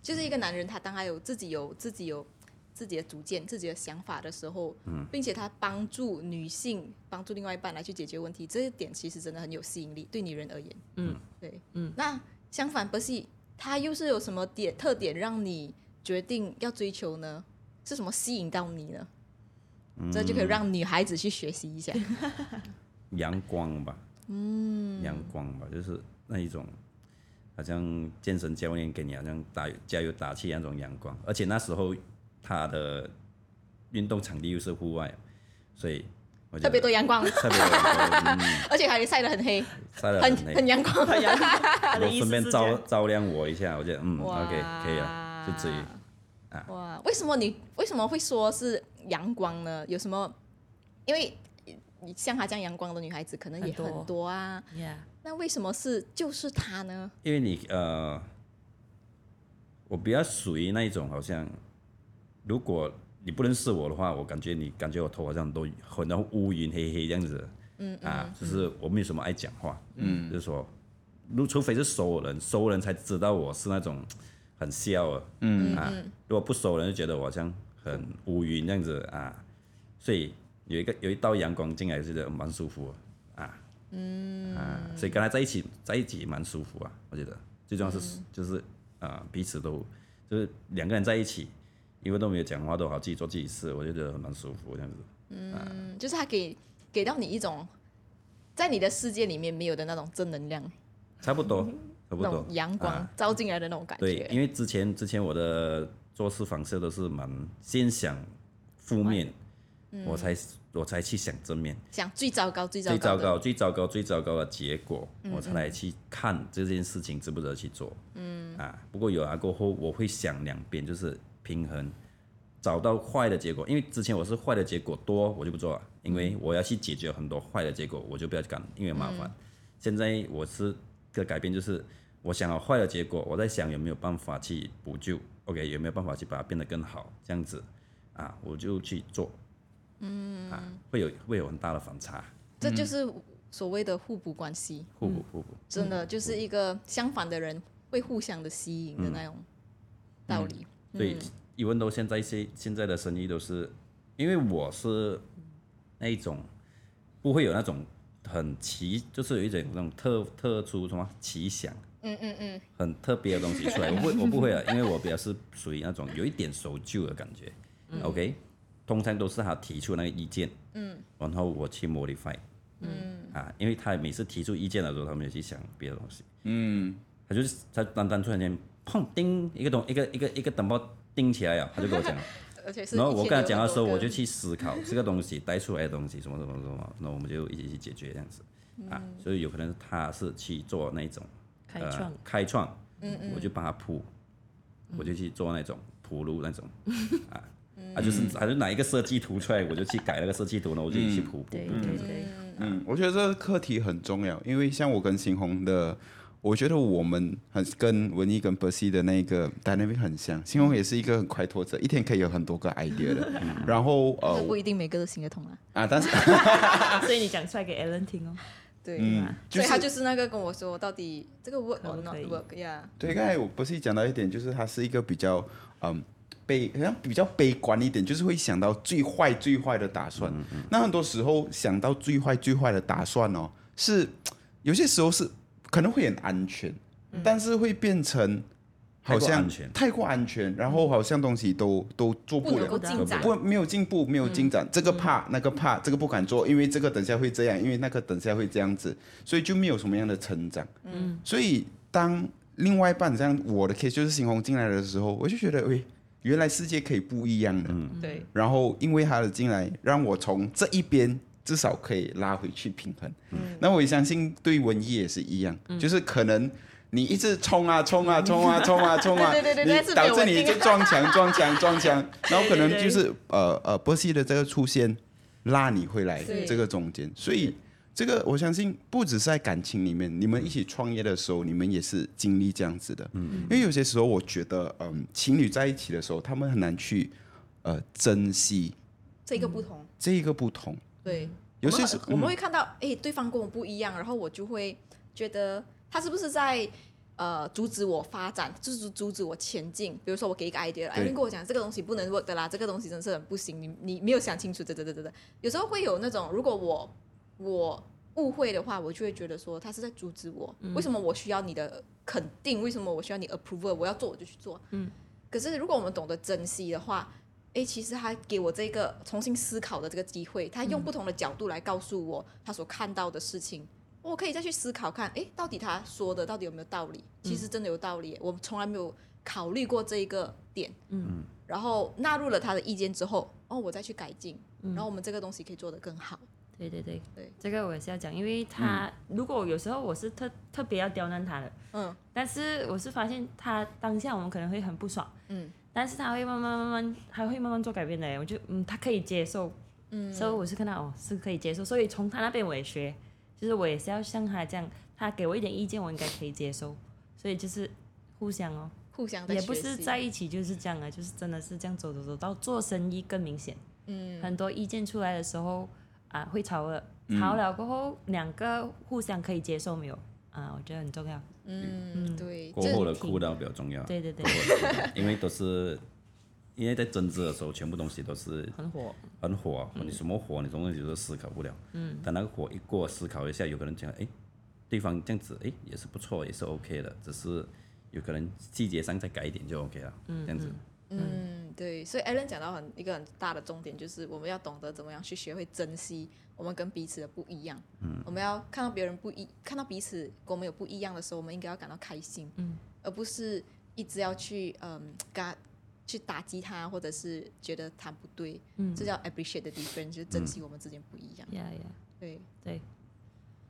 B: 就是一个男人，他当他有自己有自己有自己的主见、自己的想法的时候，并且他帮助女性、帮助另外一半来去解决问题，这一点其实真的很有吸引力，对女人而言，
C: 嗯，
B: 对，嗯。那相反，不是他又是有什么点特点让你决定要追求呢？是什么吸引到你呢？这就可以让女孩子去学习一下。
A: 阳光吧，嗯，阳光吧，就是那一种，好像健身教练给你啊好像打加油打气那种阳光，而且那时候他的运动场地又是户外，所以我觉
B: 特
A: 得
B: 别多阳光，
A: 特别多阳光，嗯，
B: 而且还晒得很 黑，
A: 晒得
B: 很
A: 累
B: 很阳光，很阳光。
C: 他的
A: 我
C: 意
A: 顺
C: 思
A: 便
C: 是这
A: 照
C: 样，
A: 照亮我一下，我觉得嗯
B: 哇
A: ，OK 可以了，就这样。啊
B: 哇，为什么你为什么会说是阳光呢？有什么？因为你像她这样阳光的女孩子可能也
C: 很多
B: 很多啊。
C: Yeah，
B: 那为什么是就是她呢？
A: 因为你呃，我比较属于那一种，好像如果你不认识我的话，我感觉你感觉我头好像都很到乌云黑黑这样子，嗯啊，就是我没有什么爱讲话，嗯，就是说，如除非是熟人，熟人才知道我是那种很笑啊，嗯啊，如果不熟人就觉得我好像很乌云这样子啊，所以有一个有一道阳光进来，就觉得蛮舒服的。啊，所以跟他在一起在一起蛮舒服啊，我觉得最重要是、就是啊、呃彼此都就是两个人在一起，因为都没有讲话，都好自己做自己事，我就觉得蛮舒服这样子。
B: 嗯，就是她给给到你一种在你的世界里面没有的那种正能量，
A: 差不多，差不
B: 那
A: 多
B: 种。阳光
A: 啊
B: 照进来的那种感
A: 对，
B: 觉。
A: 因为之前之前我的做事方式都是蛮先想负面，我才我才去想正面。
B: 想最糟糕，最
A: 最
B: 糟
A: 糟
B: 糕的，嗯
A: 糕、最糟糕、最糟糕的结果，我才来去看这件事情值不值得去做。嗯啊，不过有了过后，我会想两遍，就是平衡，找到坏的结果。因为之前我是坏的结果多，我就不做了，因为我要去解决很多坏的结果，我就不要去干，因为麻烦。
B: 嗯
A: 现在我是个改变，就是我想好坏的结果，我在想有没有办法去补救，OK，有没有办法去把它变得更好，这样子啊，我就去做。嗯啊，会有会有很大的反差。
B: 这就是所谓的互补关系。
A: 互补互补。
B: 真的
A: 嗯
B: 就是一个相反的人会互相的吸引的那种
A: 嗯
B: 道理。
A: 所以一问到现在现现在的生意都是，因为我是那一种不会有那种很奇，就是有一种那种特特殊什么奇想，
B: 嗯嗯嗯，
A: 很特别的东西出来。我不我不会 啊，因为我比较是属于那种有一点守旧的感觉。OK，通常都是他提出那个意见，嗯，然后我去 modify，嗯啊，因为他每次提出意见的时候，他们也去想别的东西，嗯，他就是他单单突然间砰叮一个东一个一个一个灯泡钉起来啊，他就跟我讲，
B: 而且是。
A: 然后我跟他讲的时候，我就。去思考这个东西带出来的东西什么什么什么，那我们就一起去解决这样子啊，所以有可能他是去做那种
C: 开创
A: 呃、开创，嗯嗯，我就帮他铺，我就去做那种铺路那种啊。啊，就是他就拿一个设计图出来，我就去改那个设计图呢，我就去铺。
C: 对
A: 铺
C: 对对，
D: 嗯，我觉得这个课题很重要，因为像我跟新红的，我觉得我们很跟文艺跟 Percy 的那个 dynamic 很像。新红也是一个很快拓者，一天可以有很多个 idea 的。 然后呃
B: 这不一定每个都行得通啊，
D: 啊，但是
C: 啊所以你讲出来给 Alan 听哦。
B: 对，
D: 嗯，就
B: 所以他
D: 是
B: 就是那个跟我说，到底这个 work
C: 可
B: or
C: 不
B: not
C: 可以
B: work 呀、
D: 对，刚才我 Percy 讲到一点，就是他是一个比较嗯。悲好像比较悲观一点，就是会想到最坏最坏的打
B: 嗯
D: 算。那很多时候想到最坏最坏的打算哦，是有些时候是可能会很安全，
B: 嗯
D: 但是会变成好
A: 太过
D: 像
A: 安全
D: 太过安全，然后好像东西都都做
B: 不
D: 不
B: 能
D: 了
B: 够。进展。
D: 不，没有进步，没有进展，这个怕，那个怕，这个不敢做，因为这个等下会这样，因为那个等下会这样子，所以就没有什么样的成长。嗯，所以当另外一半这样，我的 case 就是新红进来的时候，我就觉得，喂，原来世界可以不一样的。
C: 嗯
B: 对，
D: 然后因为他的进来，让我从这一边至少可以拉回去平衡。
C: 嗯
D: 那我也相信对文艺也是一样，就是可能你一直冲啊冲啊冲啊冲啊冲 啊，
B: 对对对对但是没有
D: 你导致你
B: 稳定
D: 就
B: 啊
D: 撞墙撞墙撞墙，然后可能
C: 对对
D: 就
C: 对
D: 是呃呃波西的这个出现拉你回来
B: 对
D: 这个中间，所以。这个我相信不只是在感情里面，你们一起创业的时候，你们也是经历这样子的。嗯，因为有些时候我觉得，嗯，情侣在一起的时候，他们很难去呃珍惜
B: 这个不同，
D: 这一个不同，
B: 对，
D: 尤其
B: 我
D: 是嗯
B: 们我们会看到，哎、对方跟我不一样，然后我就会觉得他是不是在呃阻止我发展，就是阻止我前进。比如说我给一个 idea，哎，
D: 对
B: 你跟我讲这个东西不能 work 的啦，这个东西真是很不行，你你没有想清楚，等等等等等。有时候会有那种，如果我我误会的话，我就会觉得说他是在阻止我，
D: 嗯
B: 为什么我需要你的肯定？为什么我需要你 approval？我要做我就去做。
C: 嗯。
B: 可是如果我们懂得珍惜的话，诶，其实他给我这个重新思考的这个机会，他
C: 嗯
B: 用不同的角度来告诉我他所看到的事情，我可以再去思考看，诶，到底他说的到底有没有道理？
C: 嗯
B: 其实真的有道理耶，我从来没有考虑过这一个点。
C: 嗯，
B: 然后纳入了他的意见之后，哦，我再去改进，
C: 嗯
B: 然后我们这个东西可以做得更好。
C: 对对对
B: 对
C: 这个我也是要讲，因为他、如果有时候我是特特别要刁难他的，
B: 嗯
C: 但是我是发现他当下我们可能会很不爽，
B: 嗯
C: 但是他会慢慢慢慢，他会慢慢做改变的。我就嗯，他可以接受，
B: 嗯，
C: 所以我是看到哦是可以接受，所以从他那边我也学，就是我也是要像他这样，他给我一点意见，我应该可以接受，所以就是互相哦，
B: 互相在
C: 也不
B: 学
C: 是
B: 习
C: 在一起就是这样啊，就是真的是这样走走走到做生意更明显。
B: 嗯
C: 很多意见出来的时候啊，会吵了，
A: 嗯
C: 吵了过后，两个互相可以接受没有啊？我觉得很重要。
B: 嗯对，
A: 过后
B: 这
A: 的哭到比较重要，
C: 对对对
A: 过，后的哭因为都是因为在争执的时候，全部东西都是
C: 很火。
A: 很火，你什么火，你什么东西都思考不了。嗯，等那个火一过，思考一下，有可能讲，哎，对方这样子，哎，也是不错，也是 OK 的，只是有可能细节上再改一点就 OK 了。嗯，这样子，
B: 嗯，对，所以 Alan 讲到很一个很大的重点，就是我们要懂得怎么样去学会珍惜我们跟彼此的不一样。嗯，我们要看到别人不一，看到彼此跟我们有不一样的时候，我们应该要感到开心，
C: 嗯，
B: 而不是一直要去嗯，跟他去打击他，或者是觉得他不对，
C: 嗯
B: 这叫 appreciate the difference，就是珍惜我们之间不一样。
C: 呀呀，
B: 对，
C: 对，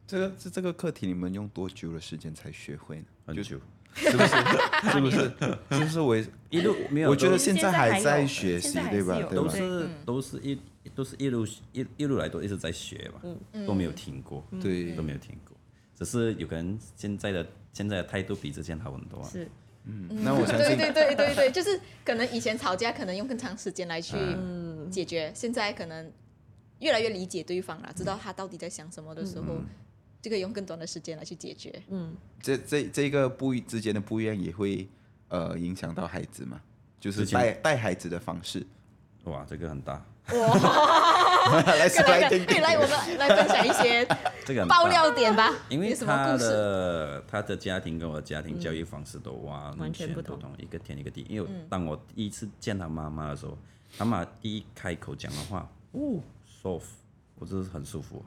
D: 这个这这个课题，你们用多久的时间才学会呢？
A: 很
D: 就
A: 久，
D: 是 不是？是不是？是不是我也？
A: 一路没有，
D: 我觉得
A: 都
D: 现
C: 现在还
D: 还
C: 有
D: 在学
C: 现
D: 习
C: 在，还
D: 对
C: 是
D: 吧？
C: 有
D: 对
A: 都
D: 吧？
A: 是都是一都是一路一一路来都一直在学嘛，都没有停过，
D: 对
A: 都没有停过，只是有可能现在的现在的态度比之前好很多啊。
C: 是嗯
D: 那我相
B: 对
D: 信
B: 对对对对，就是可能以前吵架可能用更长时间来去
D: 嗯
B: 解决，现在可能越来越理解对方了，知道他到底在想什么的时候，
D: 嗯
B: 就可以用更短的时间来去解决。
D: 这这这个不一之间的不一样也会呃影响到孩子嘛，就是
A: 之前
D: 带带孩子的方式。
A: 哇，这个很大，
D: 来是
B: 来
D: 来
B: 来
D: 听 听，
B: 来，我们来分享一些
A: 这个很大
B: 爆料点吧，
A: 因为
B: 有什么
A: 他
B: 故事？
A: 的他的家庭跟我的家庭教育方式都哇
B: 嗯
C: 完全
A: 全
C: 不
A: 不
C: 同
A: 同，一个天一个地。因为当我第一次见他妈妈的时候，他妈第一开口讲的话，
B: 嗯
A: 哦，soft，我真的是很舒服，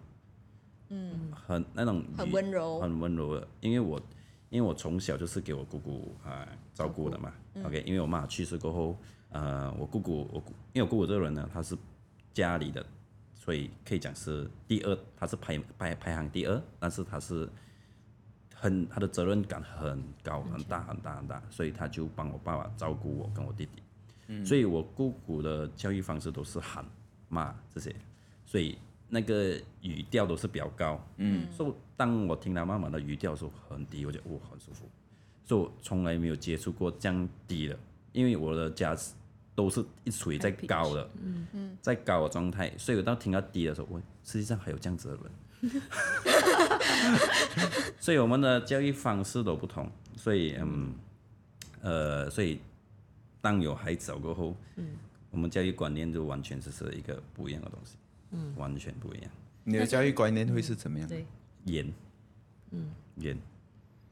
A: 嗯，很那种
B: 很
A: 语
B: 温柔
A: 很温柔的。因为我因为我从小就是给我姑姑啊、呃照顾的嘛、o k 因为我妈去世过后，呃，我姑姑我姑因为我姑姑这个人呢，她是家里的所以可以讲是第二，他是排排排行第二，但是他是很他的责任感很高，很大很大很大，所以他就帮我爸爸照顾我跟我弟弟，所以我姑姑的教育方式都是喊骂这些，所以那个语调都是比较高，嗯，所以当我听他妈妈的语调的时候很低，我就哦很舒服，所以我从来没有接触过这样低的，因为我的家是都是一处于在
C: High pitch
A: 高的。在高的状态，所以我到听到低的时候，我实际上还有这样子的人，所以我们的教育方式都不同，所以嗯，呃，所以当有孩子了过后，我们教育观念就完全就是一个不一样的东西，嗯，完全不一样，
D: 你的教育观念会是怎么样？
C: 对
A: 严，嗯，严，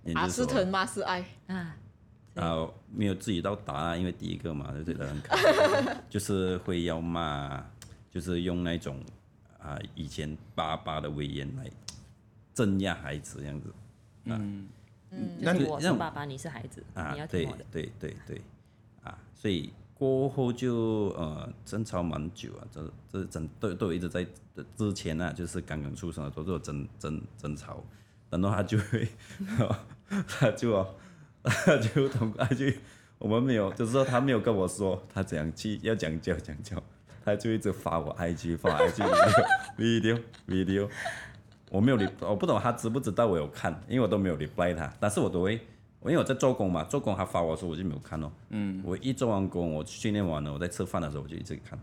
A: 严
B: 阿
A: 就是
B: 斯
A: 说
B: 腾妈是爱，
C: 啊，
A: 啊，没有自己到答案，因为第一个嘛，就觉得很可 就是会要骂，就是用那种啊、以前爸爸的威严来镇压孩子这样子
B: 嗯
D: 那
C: 就是
D: 你
C: 我
A: 那
C: 是
A: 我
C: 爸爸，你是孩子，
A: 啊
C: 你要，
A: 对
C: 听我的。
A: 对对对，啊，所以过后就呃争吵蛮久啊，这这争都都有一直在之前啊，就是刚刚出生的时候都有争争争吵，然后他就会，哦他就、哦、他就通过他就我们没有，就是说他没有跟我说他怎样去要讲究讲究，他就一直发我 IG 发 IG video video video，我没有理，我不懂他知不知道我有看，因为我都没有 reply 他，但是我都会，因为我在做工嘛，做工他发我的时候我就没有看哦，嗯，我一做完工，我训练完了，我在吃饭的时候我就一直看，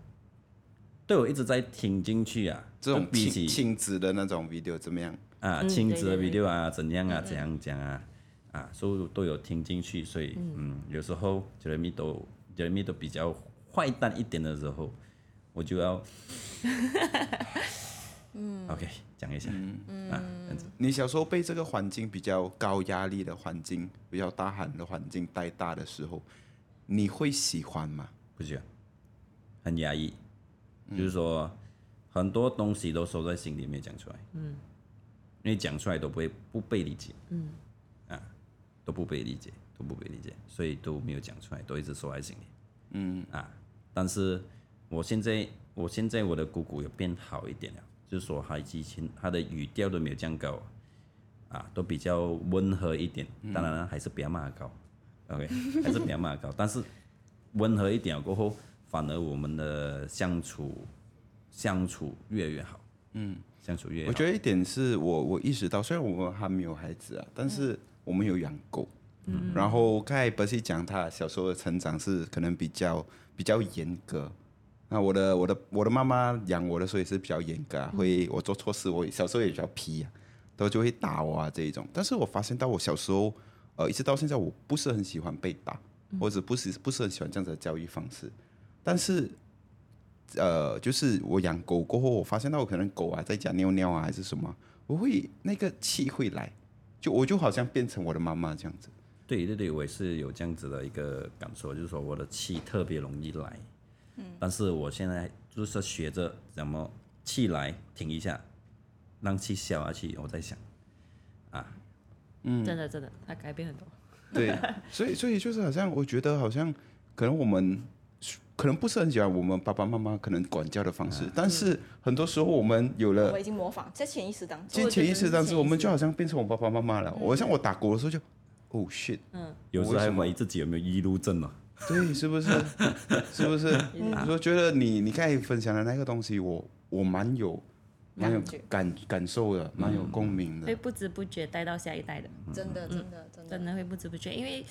A: 对我一直在听进去啊，
D: 这
A: 就
D: 种
A: 比
D: 亲
A: 起
D: 亲子的那种 video 怎么样？
A: 啊
C: 嗯
A: 亲子的
C: 对对嗯
A: video 啊，怎样啊，怎样讲啊，啊，所以都有听进去，所以嗯，有时候 Jeremy 都 Jeremy 都比较坏蛋一点的时候，我就 要，嗯，OK，讲一下，嗯啊，这样子
D: 你小时候被这个环境比较高压力的环境、比较大喊的环境带大的时候，你会喜欢吗？
A: 不喜欢，很压抑，就是说很多东西都收在心里没讲出来，嗯，因为讲出来都不会不被理解，嗯，啊，都不被理解，都不被理解，所以都没有讲出来，都一直收在心里，嗯啊，但是我现在我现在我的姑姑有变好一点了，就是说她以前她的语调都没有这样高。啊，都比较温和一点，当然了，还是不要骂高、o k 还是不要骂高，但是温和一点了过后，反而我们的相处相处越来越好。嗯，相处越来越
D: 我
A: 好。
D: 觉得一点是我我意识到，虽然我们还没有孩子啊，但是我们有养狗。嗯，然后刚才不是讲他小时候的成长是可能比较比较严格。那我的我的我的妈妈养我的时候也是比较严格、啊，会我做错事，我小时候也比较皮啊，都就会打我啊这一种。但是我发现到我小时候，呃，一直到现在我不是很喜欢被打，或者不是不是很喜欢这样子的教育方式。但是呃，就是我养狗过后，我发现到我可能狗啊在家尿尿啊还是什么，我会那个气会来，就我就好像变成我的妈妈这样子。
A: 对对对，我也是有这样子的一个感受，就是说我的气特别容易来，嗯，但是我现在就是学着怎么气来停一下，让气消下去，我在想，嗯
C: 真的真的，他改变很多。
D: 对，所以所以就是好像我觉得好像可能我们可能不是很喜欢我们爸爸妈妈可能管教的方式，但是很多时候我们有了
B: 我已经模仿，在潜意识当中
D: 进。潜意识，但是我
C: 我觉得是潜意
D: 们
C: 识
D: 就好像变成我爸爸妈妈了。我像我打狗的时候就，oh shit，
A: 有时候还怀疑自己有没有易路症了。
D: 对，是不是？是不是？
B: 嗯
D: 我说觉得你你刚才分享的那个东西，我我蛮有蛮有
B: 感觉哎
D: 感感受的，蛮有共
A: 嗯
D: 鸣
C: 会
D: 的。
C: 不知不觉带到下一代的，
B: 真的，真的，嗯真
C: 真
B: 的，
C: 的会不知不觉，因为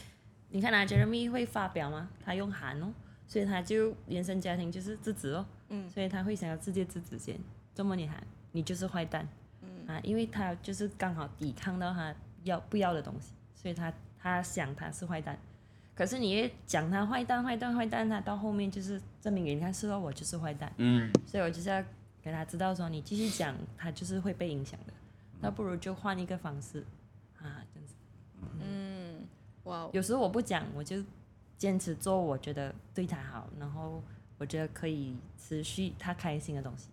C: 你看啊，Jeremy 会发表嘛，他用韩哦，所以他就原生家庭就是制止哦，嗯，所以他会想要直接制止先，这么你喊，你就是坏蛋，嗯啊，因为他就是刚好抵抗到他要不要的东西，所以他他想他是坏蛋，可是你越讲他坏蛋坏蛋坏蛋，他到后面就是证明给你看，是哦，我就是坏蛋，
D: 嗯，
C: 所以我就是要给他知道说，你继续讲，他就是会被影响的，那不如就换一个方式啊，这样子。
B: 哇哦，
C: 有时候我不讲，我就坚持做我觉得对他好，然后我觉得可以持续他开心的东西，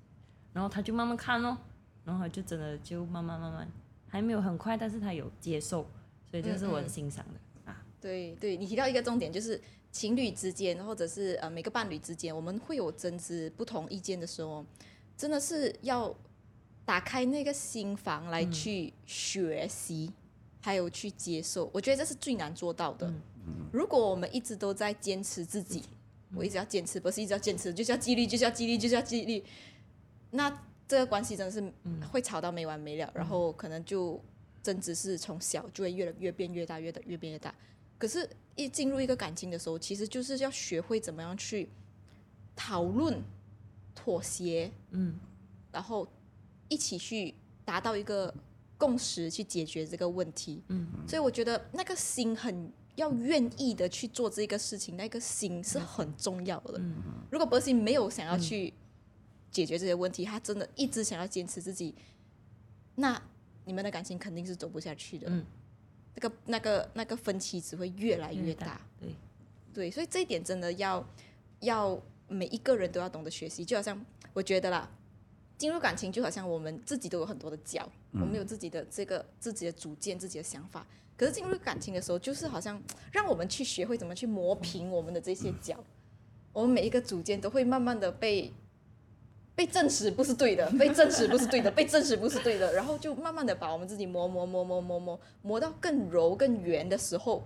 C: 然后他就慢慢看咯，然后就真的就慢慢慢慢，还没有很快，但是他有接受，所以这是我很欣赏的。啊，
B: 对对，你提到一个重点，就是情侣之间，或者是呃每个伴侣之间，我们会有争执、不同意见的时候，真的是要打开那个心房来去学习，还有去接受。我觉得这是最难做到的。如果我们一直都在坚持嗯自己，我一直要坚持，不是一直要坚持，就是要纪律，就是要纪律，就是要纪律，那这个关系真的是会吵到没完没了，然后可能就争执是从小就会越来越变越大，越的越变越大。可是，一进入一个感情的时候，其实就是要学会怎么样去讨论、妥协，
C: 嗯，
B: 然后一起去达到一个共识，去解决这个问题。
C: 嗯，
B: 所以我觉得那个心很要愿意的去做这个事情，那个心是很重要的。
C: 嗯
B: 如果博西没有想要去解决这些问题，他真的一直想要坚持自己，那你们的感情肯定是走不下去的。
C: 嗯
B: 那个、那个、那个分歧只会越来越大。，
C: 对，
B: 对，所以这一点真的要要每一个人都要懂得学习，就好像我觉得啦，进入感情就好像我们自己都有很多的角，我们有自己的这个自己的主见、自己的想法。可是进入感情的时候，就是好像让我们去学会怎么去磨平我们的这些角，我们每一个主见都会慢慢的被被证实不是对的，被证实不是对的，被证实不是对的，然后就慢慢的把我们自己磨磨磨磨磨磨磨到更柔更圆的时候，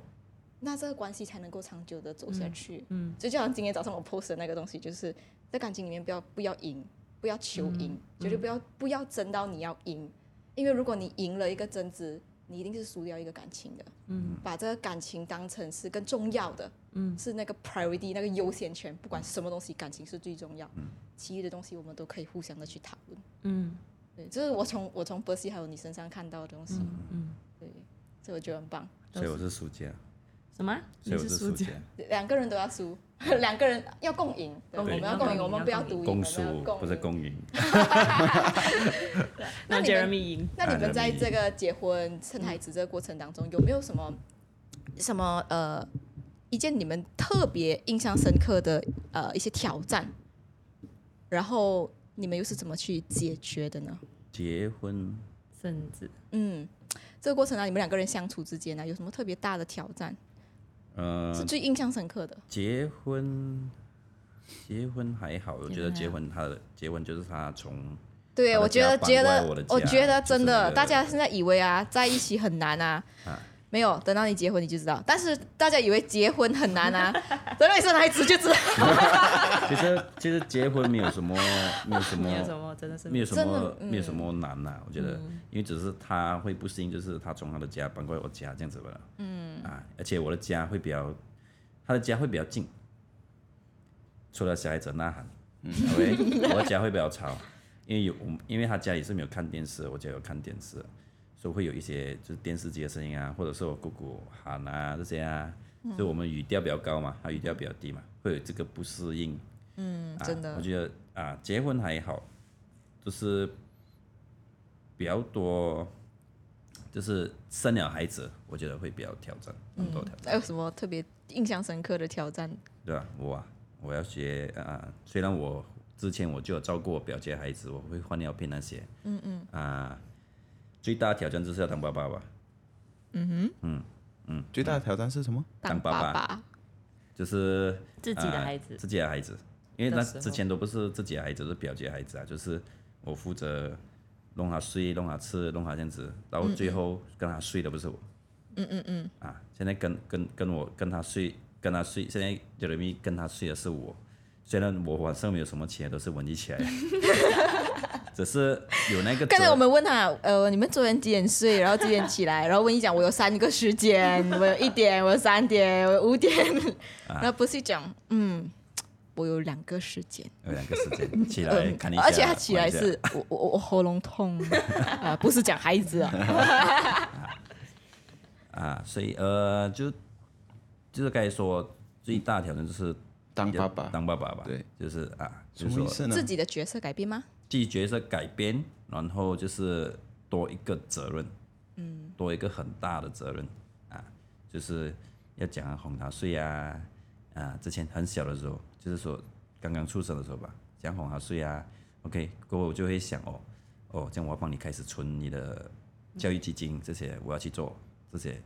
B: 那这个关系才能够长久的走下去。
C: 嗯，
B: 所以就像今天早上我 post 的那个东西，就是在感情里面不要不要赢，不
C: 嗯
B: 要求赢，绝对不要不要争到你要赢，因为如果你赢了一个争执，你一定是输掉一个感情的。嗯，把这个感情当成是更重要的，嗯，是那个 priority 那个优先权，不
C: 嗯
B: 管什么东西，感情是最重要。嗯，其余的东西我们都可以互相的去讨论。
C: 嗯
B: 对，这是我从我从波西还有你身上看到的东西。
C: 嗯，
B: 对，这我觉得很棒。
A: 所以我是输家，
C: 什么？
A: 所
C: 你
A: 以我
C: 是
A: 输
C: 输
A: 家
C: 家，，
B: 两个人都要输， 两个人要共赢，对我
A: 对
B: 们要
A: 要共
B: 共赢，
C: 赢
B: 我们
C: 要
B: 不要
C: 共赢
B: 独赢，我
A: 公
B: 们要
A: 输
B: 共
A: 不是
B: 赢
A: 公赢。
B: 那
C: 那
B: 你们
C: Jeremy 赢。
B: 那你们在
A: 啊那
B: 这个结婚生孩子这个过程当中，有没有什么什么呃一件你们特别印象深刻的呃一些挑战？然后你们又是怎么去解决的呢？
A: 结婚
C: 甚至
B: 嗯，这个过程啊，你们两个人相处之间啊呢、有什么特别大的挑战
A: 呃
B: 是最印象深刻的？
A: 结婚，结婚还好，我觉得
C: 结
A: 结
C: 婚
A: 婚他的结婚就是他从
B: 对，
A: 他的
B: 我觉
A: 家
B: 得
A: 反
B: 觉
A: 过来
B: 得
A: 我的家
B: 觉得
A: 就是
B: 真
A: 那
B: 的，
A: 个
B: 大家现在以为啊，在一起很难啊，没有，等到你结婚你就知道。但是大家以为结婚很难啊， 等到你生孩子就知道。
A: 其实其实结婚没有什么没有什
C: 没有什
A: 么
C: 么，真的是
A: 没有什
B: 真
A: 么
B: 的嗯
A: 没有什么难呐、我觉得，因为只是他会不适应，就是他从他的家搬过来我家这样子吧。嗯啊，而且我的家会比较，他的家会比较近，除了小孩子呐喊， 嗯，OK，我的家会比较吵，因为有我们，因为他家也是没有看电视，我家有看电视，所以会有一些就是电视机的声音啊，或者是我姑姑喊啊这些啊，
B: 嗯
A: 所以我们语调比较高嘛，他语调比较低嘛，会有这个不适应。
B: 嗯，真
A: 啊
B: 的
A: 我，觉得啊，结婚还好，就是比较多，就是生了孩子，我觉得会比较挑战，很多挑战，
B: 还有什么特别印象深刻的挑战？
A: 对吧？我啊，我要学啊，虽然我之前我就有照顾我表姐孩子，我会换尿片那些，嗯嗯，啊，最大的挑战就是要当爸爸吧，
D: 最大的挑战是什么？
A: 当
B: 当
A: 爸
B: 爸
A: 爸就是
C: 自己的
A: 啊
C: 孩子
A: 自己的孩子，因为那
C: 的时候
A: 之前都不是自己的孩子，是表姐的孩子啊，就是我负责弄他睡、弄他吃、弄他这样子，然后最后跟他睡的不是我，嗯嗯嗯，啊，现在跟跟跟我跟他睡，跟他睡，现在 Jeremy 跟他睡的是我，虽然我晚上没有什么起来，都是文一 起来的，只是有那个
B: 刚才
A: 责
B: 我们问他，呃，你们昨天几点睡？然后几点起来？然后问你讲，我有三个时间，我有一点，我有三点，我有五点。
A: 啊
B: 然后不是讲，嗯，我有两个时间。
A: 有两个时间起来
B: 嗯
A: 哎看一，下，
B: 而且他起
A: 玩
B: 来
A: 一下
B: 是我我我喉咙 痛啊，不是讲孩子啊，
A: 啊，所以呃，就就是该说最大的挑战就是
D: 当
A: 要
D: 爸爸，
A: 当爸爸吧，
D: 对，
A: 就是啊，
D: 什
A: 就是
D: 么
A: 说
D: 意思呢
B: 自？己的角色改变吗？
A: 自己角色改变，然后就是多一个责任，嗯，多一个很大的责任啊，就是要讲哄他睡啊，啊，之前很小的时候，就是说刚刚出生的时候吧，讲哄他睡啊，OK，过后我就会想哦，哦，这样我要帮你开始存你的教育基金这些，我要去做这些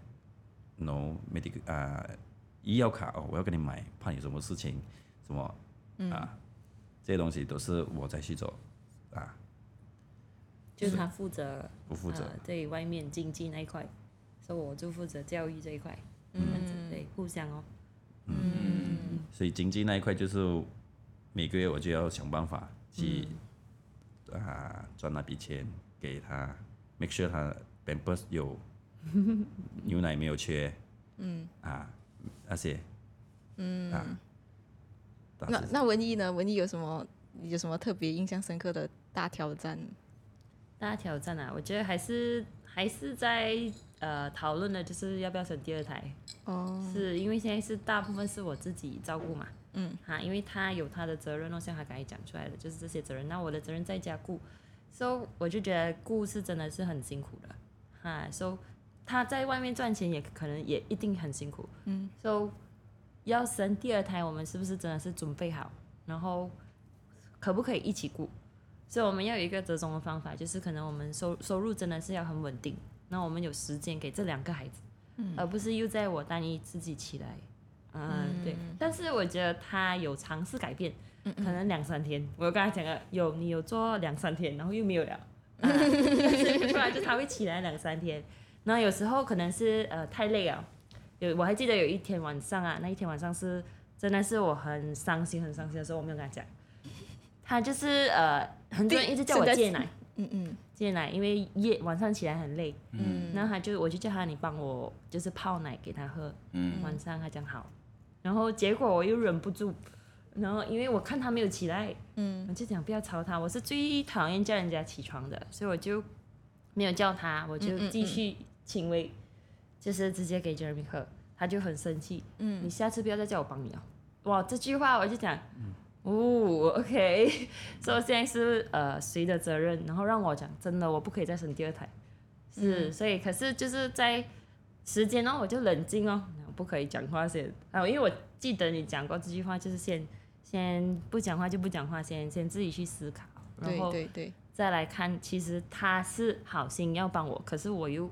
A: ，no medical 啊，医药卡哦，我要给你买，怕你有什么事情，什么啊，这些东西都是我在去做。啊，
C: 就是他负责
A: 不负责
C: 呃对外面经济那一块，所以我就负责教育这一块，嗯，这样子对，互相哦，
A: 所以经济那一块就是每个月我就要想办法去、啊赚那笔钱给他，make sure 他 pampers 有牛奶没有缺，嗯啊那些，嗯啊，大
B: 那
A: 致
B: 那文艺呢？文艺有什么有什么特别印象深刻的大挑战？
C: 大挑战啊，我觉得还是还是在呃讨论的，就是要不要生第二胎，
B: 哦，
C: 是因为现在是大部分是我自己照顾嘛，嗯，哈，因为他有他的责任哦，像他刚才讲出来的，就是这些责任。那我的责任在家顾，so 我就觉得顾是真的是很辛苦的，哈，so 他在外面赚钱也可能也一定很辛苦，嗯，so 要生第二胎，我们是不是真的是准备好，然后可不可以一起顾？所以我们要有一个折中的方法，就是可能我们收收入真的是要很稳定，那我们有时间给这两个孩子。而不是又在我单一自己起来。嗯，对。但是我觉得他有尝试改变，可能两三天。我有跟他讲了，有你有做两三天，然后又没有了，啊、就是突然就他会起来两三天。然后有时候可能是呃太累了，有我还记得有一天晚上啊，那一天晚上是真的是我很伤心很伤心的时候，我没有跟他讲。他就是呃，很多人一直叫我
B: 现在
C: 戒奶，
B: 嗯嗯
C: 戒奶，因为夜晚上起来很累，
B: 嗯，
C: 然后他就我就叫他你帮我就是泡奶给他喝，
D: 嗯
C: 晚上他讲好，然后结果我又忍不住，然后因为我看他没有起来，
B: 嗯，
C: 我就讲不要吵他，我是最讨厌叫人家起床的，所以我就没有叫他，我就
B: 嗯嗯
C: 继续请喂，就是直接给 Jeremy 喝，他就很生气，
B: 嗯，
C: 你下次不要再叫我帮你哦，哇，这句话我就讲。哦，OK，所以 现在是呃谁的责任？然后让我讲，真的我不可以再生第二胎，是，所以可是就是在时间哦，我就冷静哦，不可以讲话先啊，因为我记得你讲过这句话，就是先先不讲话就不讲话，先先自己去思考，然
B: 对
C: 后
B: 对对，
C: 再来看，其实他是好心要帮我，可是我又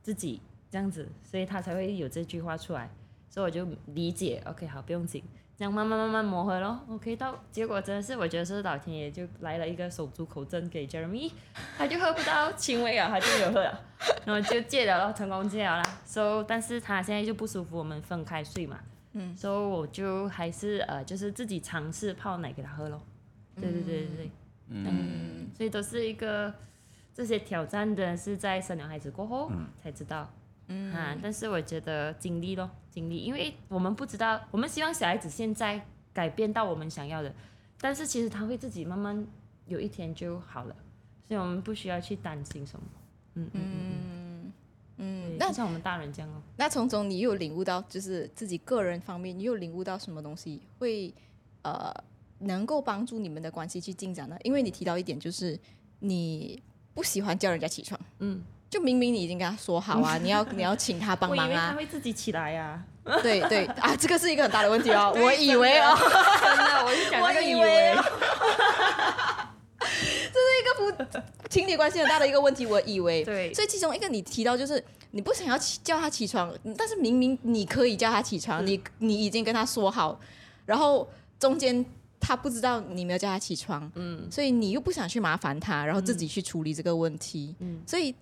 C: 自己这样子，所以他才会有这句话出来，所以我就理解，OK，好，不用紧，这样慢慢慢慢磨合咯，OK，到结果真的是我觉得是老天爷就来了一个手足口阵给 Jeremy，他就喝不到轻微啊，他就没有喝了， 然后就戒了咯，成功戒了啦，so 但是他现在就不舒服，我们分开睡嘛，
B: 嗯
C: ，so 我就还是呃就是自己尝试泡奶给他喝咯，对对对对对。
B: 嗯
C: 所以都是一个这些挑战的是在生了孩子过后才知道、
B: 嗯
C: 啊。但是我觉得经历咯，经历，因为我们不知道，我们希望小孩子现在改变到我们想要的，但是其实他会自己慢慢有一天就好了，所以我们不需要去担心什么。嗯嗯嗯
B: 嗯
C: 嗯
B: 嗯，，
C: 那
B: 那
C: 像我们大人这 样哦。
B: 那从中你又领悟到，就是自己个人方面，你又领悟到什么东西会呃能够帮助你们的关系去进展呢？因为你提到一点，就是你不喜欢叫人家起床，
C: 嗯，
B: 就明明你已经跟他说好 啊，你要你要请他帮
C: 我以
B: 忙
C: 为他
B: 啊，
C: 会自己起来呀、
B: 对对啊，这个是一个很大的问题哦，我以为哦，
C: 真的，我就讲那个
B: 我以
C: 以
B: 为
C: 为
B: 啊，情侣关系很大的一个问题，我以为。
C: 对
B: 所以其中一个你提到就是你不想要起叫他起床，但是明明你可以叫他起床，你你已经跟他说好，然后中间他不知道你没有叫他起床，嗯，所以你又不想去麻烦他，然后自己去处理这个问题，
C: 嗯
B: 所以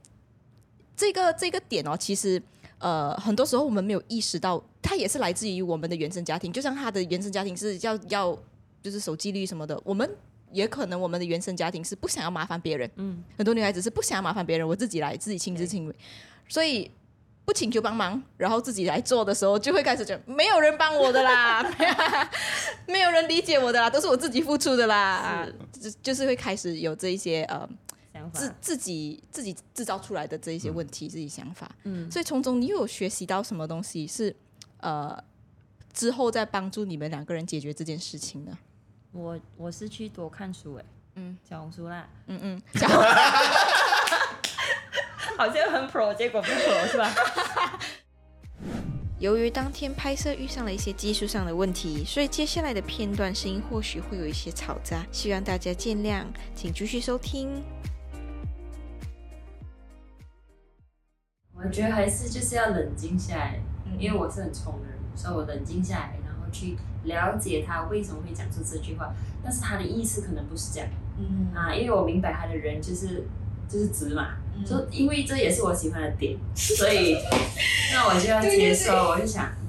B: 这个这个点哦，其实呃，很多时候我们没有意识到，它也是来自于我们的原生家庭，就像他的原生家庭是要要就是守纪律什么的，我们。也可能我们的原生家庭是不想要麻烦别人，
C: 嗯，
B: 很多女孩子是不想麻烦别人，我自己来，自己亲自亲为，所以不请求帮忙，然后自己来做的时候，就会开始觉得没有人帮我的啦， 没有人理解我的啦，都是我自己付出的啦，就就是会开始有这一些呃
C: 想法
B: 自自己自己制造出来的这一些问题，自己想法，
C: 嗯
B: 所以从中你有学习到什么东西是呃之后再帮助你们两个人解决这件事情 呢？
C: 我我是去多看书哎，
B: 嗯，
C: 小红书啦，
B: 嗯嗯，小
C: 好像很 pro，结果不 pro 是吧？
E: 由于当天拍摄遇上了一些技术上的问题，所以接下来的片段声音或许会有一些嘈杂，希望大家见谅，请继续收听。
C: 我觉得还是就是要冷静下来，
B: 嗯
C: 因为我是很冲的人，所以我冷静下来，然后去了解他为什么会讲出这句话，但是他的意思可能不是这样
B: 嗯
C: 啊，因为我明白他的人就是就是直嘛，
B: 嗯
C: 就因为这也是我喜欢的点，所以那我就要接受，我就想。嗯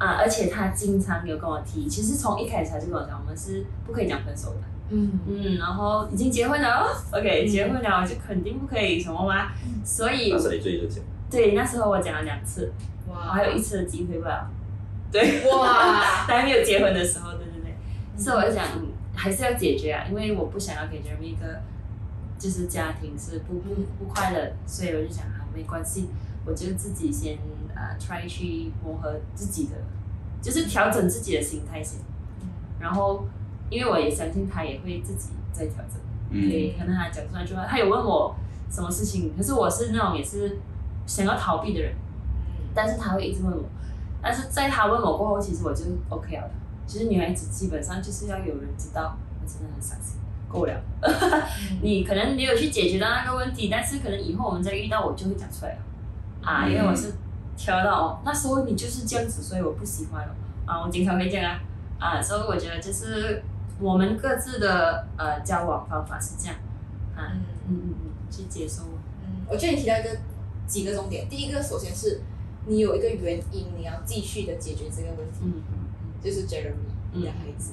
C: 啊，而且他经常有跟我提，其实从一开始他就跟我讲，我们是不可以讲分手的。
B: 嗯
C: 嗯，然后已经结婚了哦，OK，结婚了我就肯定不可以什么嘛，所以
A: 但是你最近讲，
C: 对，那时候我讲了两次，我
B: 哇
C: 还有一次的机会吧。对，
B: 哇，
C: 还没有结婚的时候，对对对。所以我就想，嗯还是要解决啊，因为我不想要给 Jeremy 一个就是家庭是不不不快乐，所以我就想啊，没关系，我就自己先呃 try 去磨合自己的，就是调整自己的心态先。
B: 嗯
C: 然后，因为我也相信他也会自己在调整。
D: 嗯
C: 对，可能他讲出来句话，他有问我什么事情，可是我是那种也是想要逃避的人，
B: 嗯
C: 但是他会一直问我，但是在他问我过后，其实我就 OK 了。其实女孩子基本上就是要有人知道，我真的很伤心，够了。 你可能没有去解决到那个问题，但是可能以后我们再遇到，我就会讲出来了啊，因为我是挑到哦，那时候你就是这样子，所以我不喜欢了啊，我经常会这样啊。啊，所以我觉得就是我们各自的呃交往方法是这样，啊，嗯嗯嗯，去接受，
B: 嗯，我觉得你提到一个几个重点，第一个首先是你有一个原因，你要继续的解决这个问题，
C: 嗯
B: 就是 Jeremy 你的
C: 嗯
B: 孩子，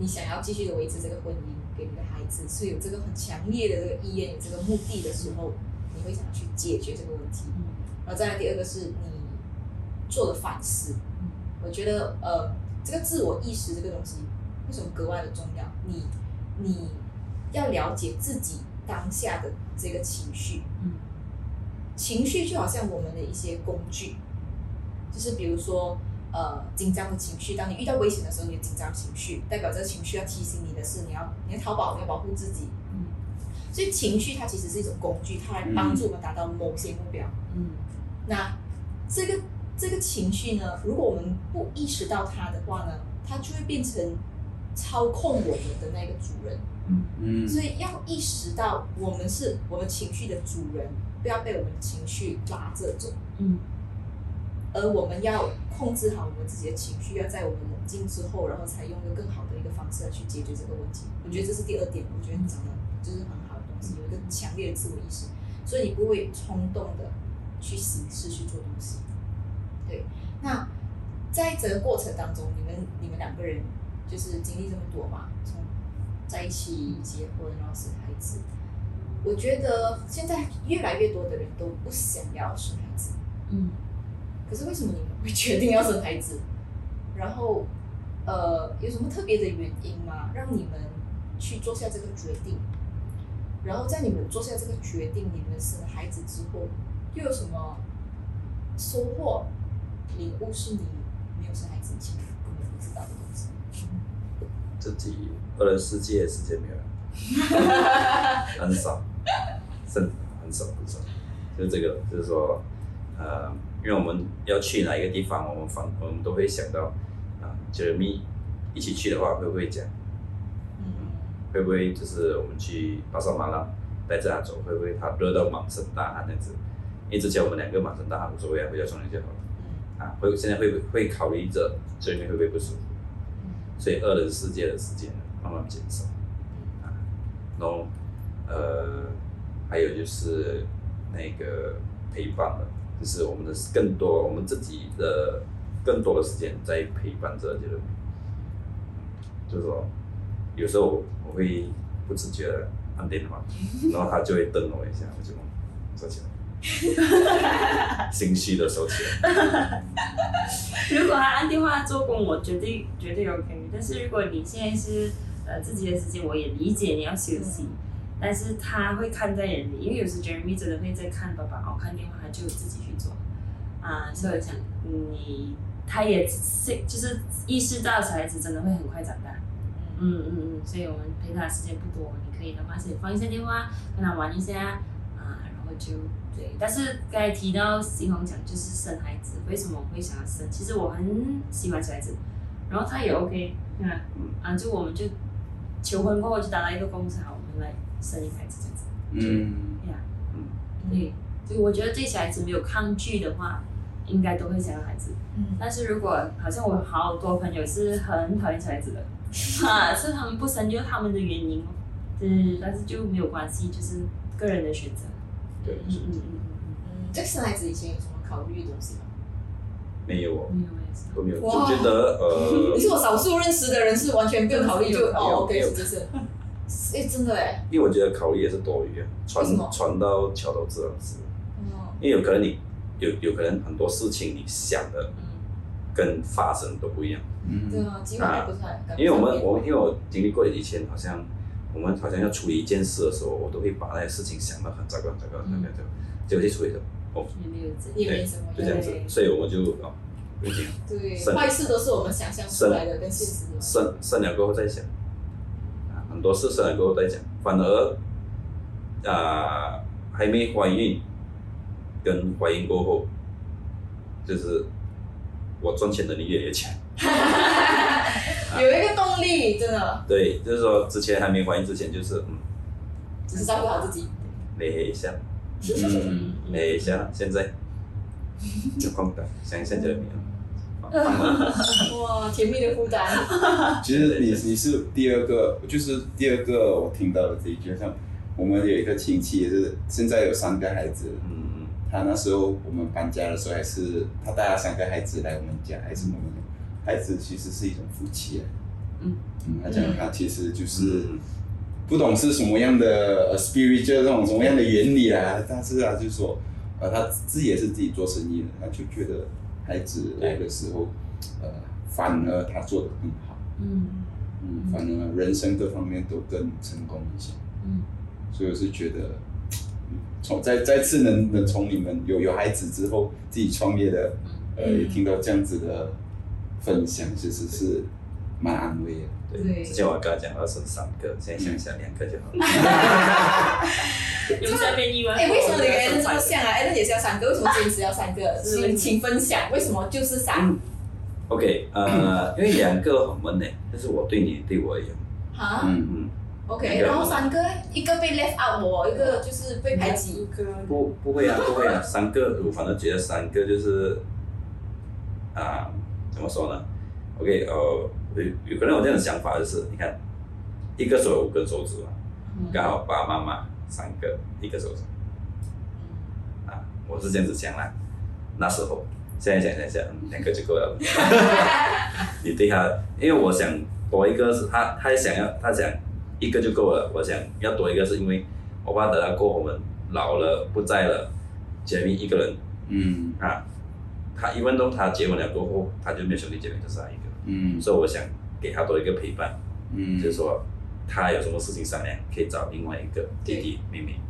B: 你想要继续的维持这个婚姻，
F: 给你的孩子，是有这个很强烈的这个意愿、有这个目的的时候，你会想去解决这个问题。
C: 嗯
F: 然后再来第二个是你做的反思，我觉得呃，这个自我意识这个东西为什么格外的重要？你你要了解自己当下的这个情绪，
C: 嗯，
F: 情绪就好像我们的一些工具，就是比如说呃紧张的情绪，当你遇到危险的时候，你有紧张情绪，代表这个情绪要提醒你的是你要你要逃跑，你要保护自己。
C: 嗯
F: 所以情绪它其实是一种工具，它来帮助我们达到某些目标。
C: 嗯
F: 那这个这个情绪呢，如果我们不意识到它的话呢，它就会变成操控我们的那个主人。
D: 嗯
F: 所以要意识到我们是我们情绪的主人，不要被我们情绪拉着走。
C: 嗯
F: 而我们要控制好我们自己的情绪，要在我们冷静之后，然后才用一个更好的一个方式来去解决这个问题。我觉得这是第二点，我觉得你讲的就是很好的东西，有一个强烈的自我意识，所以你不会冲动的去行事去做东西。对，那在这个过程当中，你们你们两个人就是经历这么多嘛，从在一起结婚，然后生孩子，我觉得现在越来越多的人都不想要生孩子。
C: 嗯，
F: 可是为什么你们会决定要生孩子？ 然后，呃，有什么特别的原因吗？让你们去做下这个决定？然后在你们做下这个决定，你们生了孩子之后，又有什么收获、领悟是你没有生孩子以前根本不知道的东西？
A: 自己二人世界时间没有了，很少，甚很少很少，就是这个，就是说，呃，因为我们要去哪一个地方，我们反我们都会想到，啊、杰米一起去的话会不会讲，
F: 嗯，
A: 会不会就是我们去巴塞马拉带着他走，会不会他热到满身大汗这样子？因为之前我们两个满身大汗无所谓啊，回家冲凉就好了。啊，会现在会不会考虑着这里面会不会不舒服，所以二人世界的时间慢慢减少，啊，然后呃，还有就是那个陪伴了，就是我们的更多我们自己的更多的时间在陪伴着这个，就是说有时候我我会不自觉的按电话，然后他就会瞪我一下，我就收起来，心虚的收起来。
C: 如果他按电话做工，我绝对绝对 OK。但是如果你现在是呃自己的时间，我也理解你要休息，但是他会看在眼里，因为有时 Jeremy 真的会在看爸爸哦看电话，他就自己去做啊。所以我想你他也是就是意识到小孩子真的会很快长大。嗯嗯嗯，所以我们陪他的时间不多，你可以的话是放一下电话，跟他玩一下啊，然后就对。但是刚才提到新红讲就是生孩子，为什么我会想要生？其实我很喜欢小孩子，然后他也 OK，嗯啊，就我们就求婚过后就达到一个共识，好，我们来生一个孩子这样子。
D: 嗯，
C: 呀，
A: 嗯
C: 对，所以我觉得对小孩子没有抗拒的话，应该都会想要孩子。
F: 嗯
C: 但是如果好像我好多朋友是很讨厌小孩子的， 啊，是他们不生就是他们的原因哦。嗯，但是就没有关系，就是个人的选择。
A: 对，
C: 嗯嗯嗯
F: 嗯，在生孩子以前有什么考虑的东西吗？
A: 没有哦
C: 嗯，，没有没有事。
A: 都没有，就
F: 哇
A: 觉得呃
F: 你，是我少数认识的人是完全不用考虑就
A: 没有
F: 哦
A: 没
F: ，OK，
A: 有
F: 是是是，哎，真的哎，
A: 因为我觉得考虑也是多余啊，传
F: 为什么
A: 传到桥头自然直，
F: 嗯
A: 因为有可能你有有可能很多事情你想的跟发生都不一样，
F: 对
D: 嗯，
F: 啊，机会还不太，
A: 因为我们我因为我经历过以前好像我们好像要处理一件事的时候，我都会把那些事情想得很糟糕很糟糕很糟糕，很糟糕
F: 嗯
A: 结果去处理的，哦，
C: 也没有这
F: 也没什么
A: 就这样子
C: 对，
A: 所以我们就哦，不行，
F: 对，
A: 生
F: 坏事都是我们想象出来的，跟现实的。
A: 生生了过后再想，啊，很多事生了过后再讲，反而啊、还没怀孕跟怀孕过后，就是我赚钱能力越来越强。
F: 有一个动力，真的，
A: 对，就是说之前还没怀孕之前，就是嗯，
F: 只是照顾好自己。
A: 累一下，
D: 嗯，
A: 累一下，现在就空的，想一下就没有，放放了，
F: 哇，甜蜜的负担。
D: 其实你你是第二个，就是第二个我听到的这一句，像我们有一个亲戚也是现在有三个孩子，
A: 嗯
D: 他那时候我们搬家的时候，还是他带了三个孩子来我们家，还是我们孩子其实是一种福气啊。
C: 嗯
D: 嗯，他讲他其实就是
A: 嗯
D: 不懂是什么样的呃 spiritual 这种什么样的原理啊，但是啊，就说呃他自己也是自己做生意的，他就觉得孩子来的时候，呃，反而他做的更好，
C: 嗯
D: 嗯，反而人生各方面都更成功一些。
C: 嗯，
D: 所以我是觉得，嗯从再再次能能从你们有有孩子之后自己创业的，呃，也听到这样子的分享，其实是蛮安慰的。
F: 对
A: 对，之前我刚刚讲到是三个，现在想想两个就好了。
C: 有三变一吗？
F: 哎，为什么你跟 Allen 这么像啊？Allen 也是要三个，为什么坚持要三个？
C: 是
F: 请请分享，为什么就是三？
A: OK，呃，因为两个很闷呢，就是我对你对我而言，
F: 哈
D: 嗯，
A: 嗯，
F: ，OK，然后三个，一个被 left out，我一个就是被排挤，
A: 不不会啊，不会啊，三个我反正觉得三个就是啊、怎么说呢？OK，呃，有有可能我这样的想法就是，你看一个手有五根手指嘛，刚好爸爸妈妈三个一个手指啊，我是这样子想啦。那时候，现在想想想，嗯两个就够了。 你对他，因为我想多一个是他，他想要他想一个就够了。我想要多一个是因为我爸得到过我们老了不在了，杰米一个人
D: 嗯
A: 啊，他一分钟他结婚了过后，他就没有兄弟姐妹，就是他一个。
D: 嗯
A: 所以我想给他多一个陪伴，
D: 嗯
A: 就是说他有什么事情商量，可以找另外一个弟弟妹妹。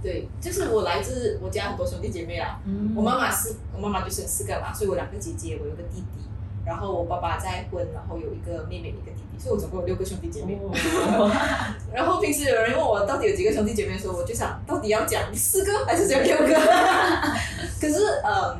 F: 对，就是我来自我家很多兄弟姐妹啊，
C: 嗯
F: 我妈妈是我妈妈就生四个嘛，所以我两个姐姐，我有个弟弟，然后我爸爸再婚，然后有一个妹妹，一个弟弟，所以我总共有六个兄弟姐妹。然后平时有人问我到底有几个兄弟姐妹的时候，我就想到底要讲四个还是讲六个？ 可是嗯，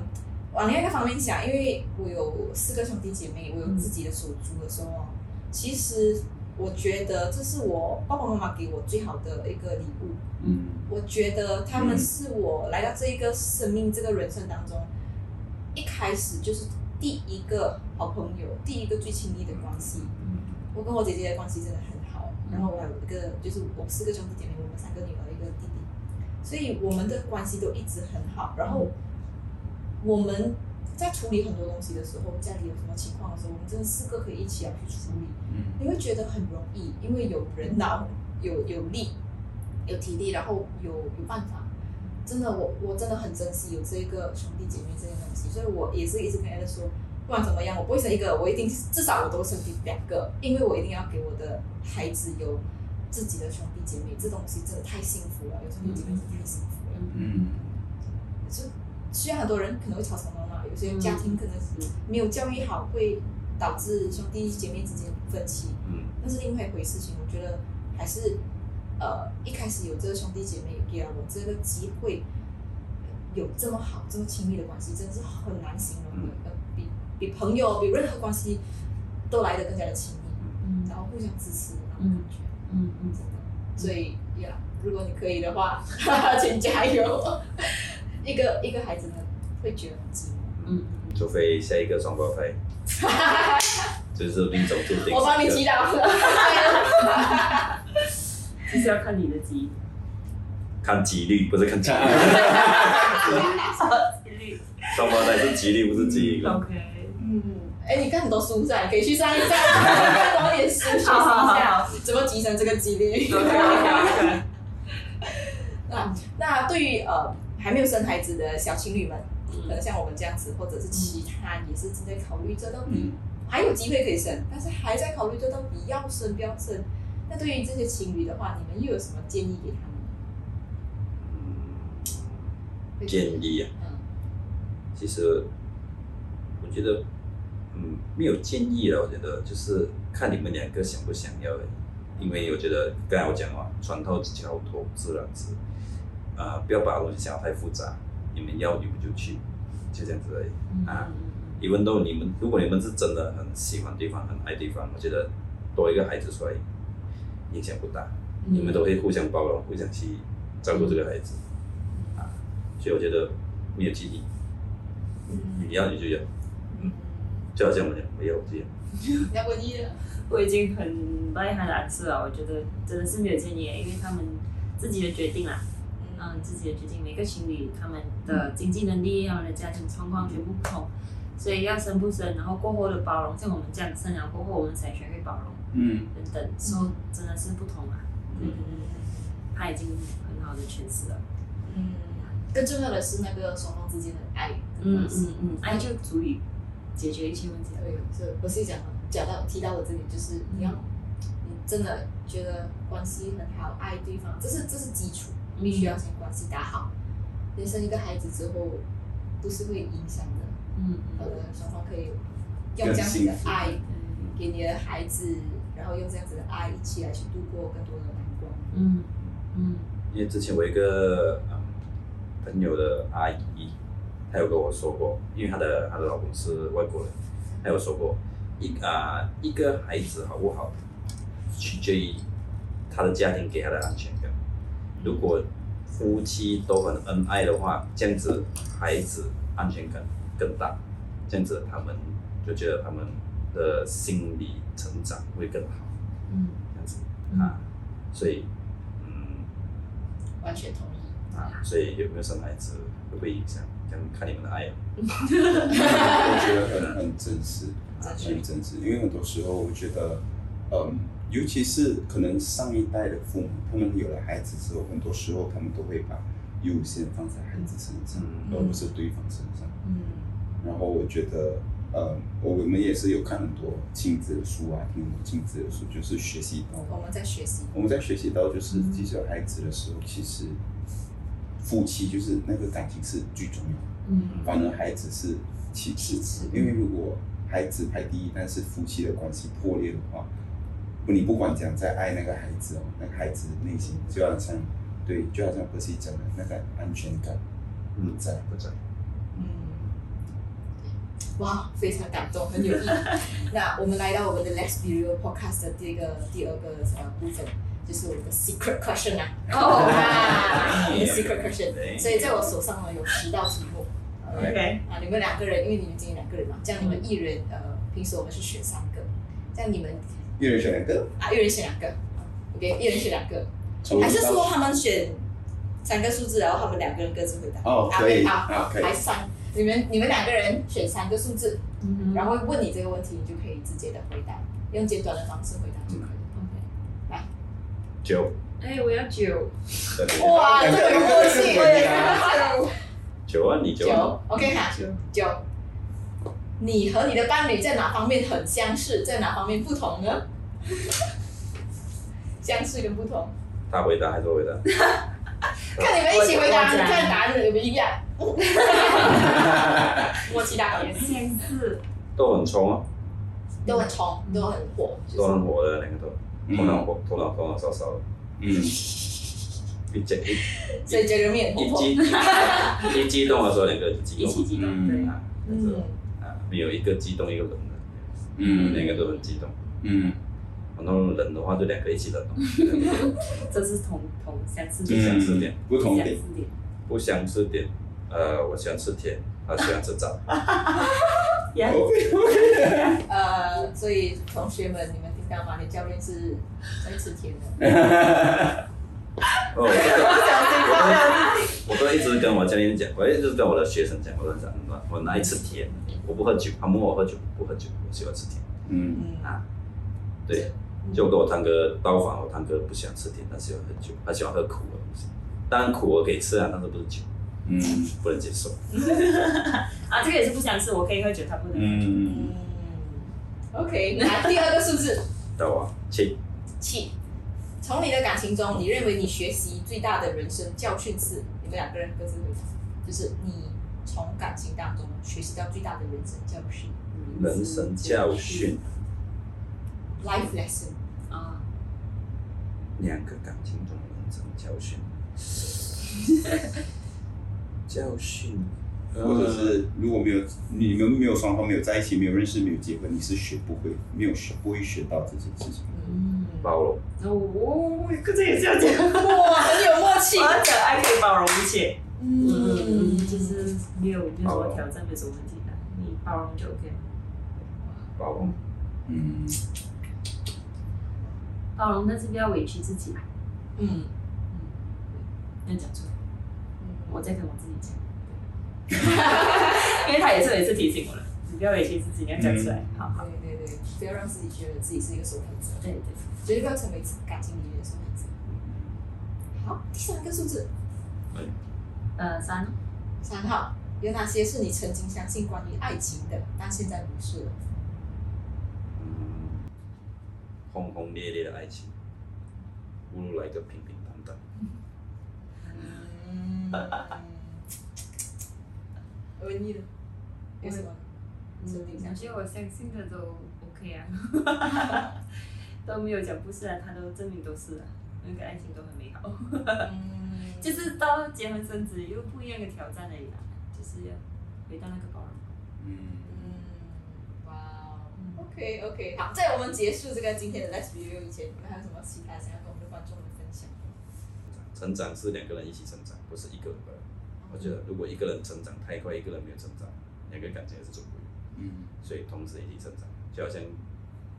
F: 往另外一个方面想，因为我有四个兄弟姐妹，我有自己的手足的时候，其实我觉得这是我爸爸妈妈给我最好的一个礼物。
D: 嗯
F: 我觉得他们是我来到这一个生命、这个人生当中，一开始就是第一个好朋友，第一个最亲密的关系。我跟我姐姐的关系真的很好，然后我还有一个就是我四个兄弟姐妹，我们三个女儿一个弟弟，所以我们的关系都一直很好。然后我们在处理很多东西的时候，家里有什么情况的时候，我们真的四个可以一起要去处理。
D: 嗯
F: 你会觉得很容易，因为有人脑、有有力、有体力，然后有有办法。真的，我我真的很珍惜有这个兄弟姐妹这些东西，所以我也是一直跟 a l 说，不管怎么样，我不会生一个，我一定至少我都生两个，因为我一定要给我的孩子有自己的兄弟姐妹，这东西真的太幸福了，有兄弟姐妹真的太幸福了。
D: 嗯
F: 就虽然很多人可能会吵吵闹闹，有些家庭可能没有教育好，会导致兄弟姐妹之间分歧，
A: 嗯，
F: 那是另外一回事情。我觉得还是呃一开始有这个兄弟姐妹给了我这个机会，有这么好、这么亲密的关系，真的是很难形
C: 嗯
F: 容的，呃比比朋友、比任何关系都来得更加的亲密，
C: 嗯
F: 然后互相支持，然后感觉
C: 嗯嗯
F: 真的。所以呀，如果你可以的话， 请加油。 一个一个孩子呢，会觉得很寂寞。
C: 嗯，
A: 除非下一个双胞胎，就是命中注定。
F: 我帮你祈祷。
C: 就是要看你的基因。
A: 看几率，不是看几率。双胞胎是几率，不是几率。
C: OK。
F: 嗯，哎，你看很多书噻，你可以去上一下，看多一点书，学习一下怎么提升这个几率。那那对于呃还没有生孩子的小情侣们，可能像我们这样子，或者是其他也是正在考虑这到底
D: 嗯
F: 还有机会可以生，但是还在考虑这到底要生不要生。那对于这些情侣的话，你们又有什么建议给他们？
A: 建议啊，
F: 嗯
A: 其实我觉得，嗯，没有建议了。我觉得就是看你们两个想不想要而已，因为我觉得刚才我讲了，船到桥头自然直，啊、不要把东西想得太复杂，你们要你们就去，就这样子而已。啊，even though 你们如果你们是真的很喜欢对方、很爱对方，我觉得多一个孩子出来影响不大，
F: 嗯
A: 你们都会互相包容、互相去照顾这个孩子啊，所以我觉得没有建议，你要你就要，
F: 嗯，
A: 就好像我们没有这样，
F: 要问一了。
C: 我已经很帮他打字了，我觉得真的是没有建议，因为他们自己的决定啦，嗯，自己的决定，每个情侣他们的经济能力还有家庭状况全部不同，所以要生不生，然后过后的包容，像我们这样生了过后，我们才学会包容
D: 嗯
C: 等等，说真的是不同啊，他已经很好的诠释了。
F: 嗯，更重要的是那个双方之间的爱的
C: 嗯
F: 关系。
C: 嗯嗯，爱就足以解决一切问题了。
F: 对，所以我是讲讲到提到的这里，就是你要你真的觉得关系很好，爱对方，这是这是基础，必须要先关系打好。你生一个孩子之后，不是会影响的，
C: 嗯
F: 呃，双方可以
D: 更
F: 用这样子
D: 幸
F: 的
D: 福
F: 爱给你的孩子，然后用这样子的爱一起来去度过更多的难关。
C: 嗯嗯
A: 因为之前我一个、嗯、朋友的阿姨，她有跟我说过，因为她的她的老公是外国人，她有说过，一啊、一个孩子好不好，取决于他的家庭给他的安全感。如果夫妻都很恩爱的话，这样子孩子安全感更大，这样子他们就觉得他们的心理成长会更好，
C: 嗯
A: 这样子
C: 嗯
A: 啊，所以嗯。
F: 完全同意。
A: 啊，所以有没有生孩子会不会影响？这样看你们的爱哦。我
D: 觉得很很真实，啊很真实。因为很多时候我觉得，嗯，尤其是可能上一代的父母，他们有了孩子之后，很多时候他们都会把优先放在孩子身上，
A: 嗯
D: 而不是对方身上。
F: 嗯
D: 然后我觉得，呃，我们也是有看很多亲子的书啊，听很多亲子的书，就是学习到
F: 我们在学习。
D: 我们在学习到，就是即使有孩子的时候，其实夫妻就是那个感情是最重要的。
C: 嗯
D: 反而孩子是其次，因为如果孩子排第一，但是夫妻的关系破裂的话，不你不管讲再爱那个孩子哦，那个孩子内心就好像对，就好像波西讲的那个安全感不在，
A: 不在。
F: 嗯，哇，非常感动，很有意义。那我们来到我们的 Let's Be Real Podcast 的第一个第二个呃部分，就是我们的 Secret Question 啊，
D: Oh,
C: 哦
F: 啊， 我们的
A: Yeah.
F: Secret Question。所以在我手上呢有十道题目
C: ，OK，
F: 啊，你们两个人，因为你们今天两个人嘛，这样你们一人呃，平时我们是选三个，这样你们
D: 一人选两个，
F: 啊，一人选两个，OK，一人选两个，
D: 从一
F: 还是
D: 到
F: 说
D: 十
F: 他们选三个数字，然后他们两个人各自回答？
D: 哦
F: 啊
D: 可以
F: 好，
D: 啊可以
F: 还是三，你们你们两个人选三个数字，然后问你这个问题，你就可以直接的回答，用简短的方式回答就可以了。
A: 九。
C: 哎，我要九，
A: 对对
F: 哇，这个有默契，我也看到
A: 九啊，你九啊。
F: 九，OK 哈，九。你和你的伴侣在哪方面很相似，在哪方面不同呢？相似跟不同，
A: 他回答还是我回答？
F: 看你们一起回答，
C: 我我
F: 你
C: 讲
F: 看答案有没有一样？默契大考验，
C: 相似，
A: 都很冲啊，
F: 都很冲，都很火，就
A: 都
F: 是
A: 很火的，两个都。头脑火，头脑头脑烧烧的，
D: 嗯，
A: 一激 一
F: 所以这个面很
A: 一
F: 火。
A: 激一激动的时候，两个就激
C: 一起
A: 动
C: 激动，
D: 嗯
C: 对，
A: 啊，这样
F: 嗯
A: 子，啊，没有一个激动一个冷的，
D: 嗯
A: 两个都很激动。
D: 嗯
A: 然后冷的话就两个一起冷哦，
C: 这是同同相似
A: 就
C: 点，
A: 相似点，
D: 嗯不同
C: 相
D: 点，
C: 似点，
A: 不相似点。呃，我喜欢吃甜，他喜欢吃炸。
C: 呀，
F: 呃，所以同学们，你们听到吗？你教练是在吃甜的。
A: 哦，我都我都一直跟我教练讲，我一直跟我的学生讲，我都讲，我很爱吃甜，我不喝酒，他问我喝酒不喝酒，我喜欢吃甜。
D: 嗯
F: 嗯
A: 啊，对，就跟我堂哥刀法，我堂哥不喜欢吃甜，他喜欢喝酒，他喜欢喝苦的东西。当然苦我可以吃啊，但是不是酒，
D: 嗯
A: 不能接受。
C: 啊，这个也是不相似，我可以喝酒，他不能，
D: 嗯，
F: 嗯，OK，那第二个数字
A: 到啊，七
F: 七。从你的感情中，你认为你学习最大的人生教训是？你们两个人各自回答，就是你从感情当中学习到最大的人生教训
A: 人生教训，
F: （life lesson）。
C: 啊，
A: 两个感情中的人生教 训，教训，呃
D: 或者是如果没有你们没有双方没有在一起，没有认识，没有结婚，你是学不会，没有学不会学到这件事情。
C: 嗯，
A: 包容，
C: 哦，这个也是要讲，
F: 哇，很有默契。
C: 我讲爱可以包容一切，嗯，
F: 嗯，
C: 就是没有没有什么挑战，没有什么问题的，你包容就 OK 了。
A: 包容，
D: 嗯，
C: 包容，但是不要委屈自己，
F: 嗯，
C: 要讲出来。我在跟我自己讲，因为他也是每次提醒我了，你不要委屈自己，你要讲出来。好好，
F: 对对对，不要让自己觉得自己是一个受害者。
C: 对对，
F: 绝对不要成为感情里面的受害者。好，第三个数字
C: 呃，三
F: 三号，有哪些是你曾经相信关于爱情的，但现在不是了？
A: 嗯，轰轰烈烈的爱情，不如来个平平淡淡。
F: 嗯， 文艺的，嗯有什么？设定一下
G: 我觉得我相信的都 OK 啊，都没有讲不是啊，他都证明都是啊，那个爱情都很美好，
F: 嗯，
G: 就是到结婚生子又不一样的挑战而已啦，就是要回到那个包容。
D: 嗯，
F: 嗯，哇哦，OK OK，好，在我们结束这个今天的 Let's Review 以前，你们还有什么其他想要跟我们的观众们分享？
A: 成长是两个人一起成长，不是一个人。我觉得如果一个人成长太快，一个人没有成长，两个感情还是走不远。
D: 嗯，
A: 所以同时一起成长，就好像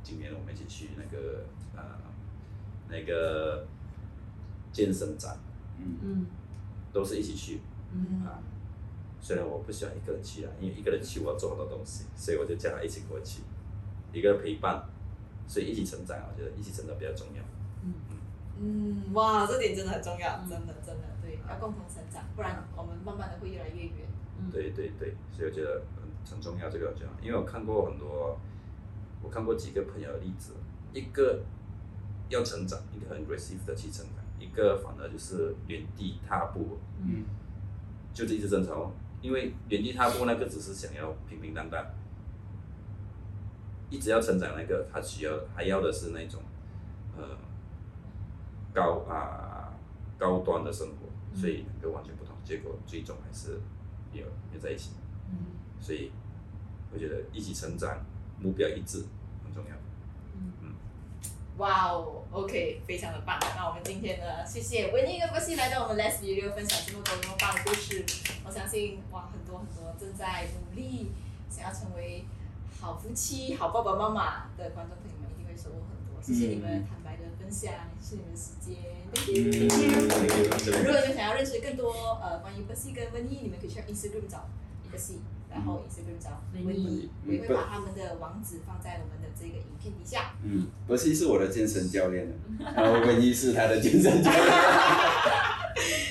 A: 今年我们一起去那个啊、那个健身展，
C: 嗯
A: 都是一起去
F: 嗯
A: 啊。虽然我不喜欢一个人去啊，因为一个人去我要做很多东西，所以我就叫他一起跟我去，一个陪伴，所以一起成长，我觉得一起成长比较重要。
F: 嗯，哇，这点真的很重要，真的真的对，要共同成长，不然我们慢慢的会越来越远。
C: 嗯，
A: 对对对，所以我觉得嗯很重要这个，我觉得，因为我看过很多，我看过几个朋友的例子，一个要成长，一个很 aggressive 的去成长，一个反而就是原地踏步，
C: 嗯，
A: 就这一直争吵，因为原地踏步那个只是想要平平淡淡，一直要成长那个，他需要还要的是那种，呃，高啊、高端的生活，所以两个完全不同，结果最终还是没有没有在一起。所以我觉得一起成长，目标一致很重要。
F: 哇哦，OK，非常的棒。那我们今天呢，谢谢文英跟波西来到我们 Let's Be Real 分享这么多这么棒的故事。我相信哇，很多很多正在努力想要成为好夫妻、好爸爸妈妈的观众朋友们一定会收获很多。谢谢你们
D: 嗯
F: 坦白的分享，谢谢你们的时
D: 嗯
F: 间。Thank you 如果你们想要认识更多呃关于波西跟温妮，你们可以去 Instagram 找波西，然后 Instagram 找温妮，我也会把他们的网址放在我们的这个影片底下。
D: 嗯，博西是我的健身教练，然后文一是他的健身教练。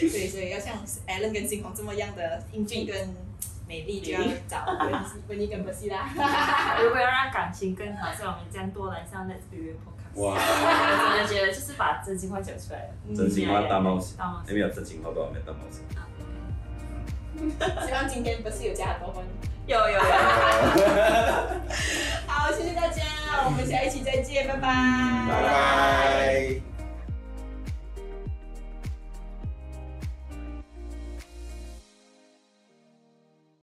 F: 对，所以要像 Allen 跟金红这么样的英俊跟美丽，就要找温温妮跟波西啦。
G: 如果要让感情更好，像我们这样多来上 Let's Be Real Podcast，
D: 哇，
G: 我真的觉得就是把真心话讲出来了。
A: 真心话大冒
C: 嗯
A: 险
G: 大冒，险
A: 哎没有真心话多少没有大冒险。
F: 希望今天波西有加很多分。
G: 有有有，
F: 好，谢谢大家，我们下一期再见，拜拜。
D: 拜拜。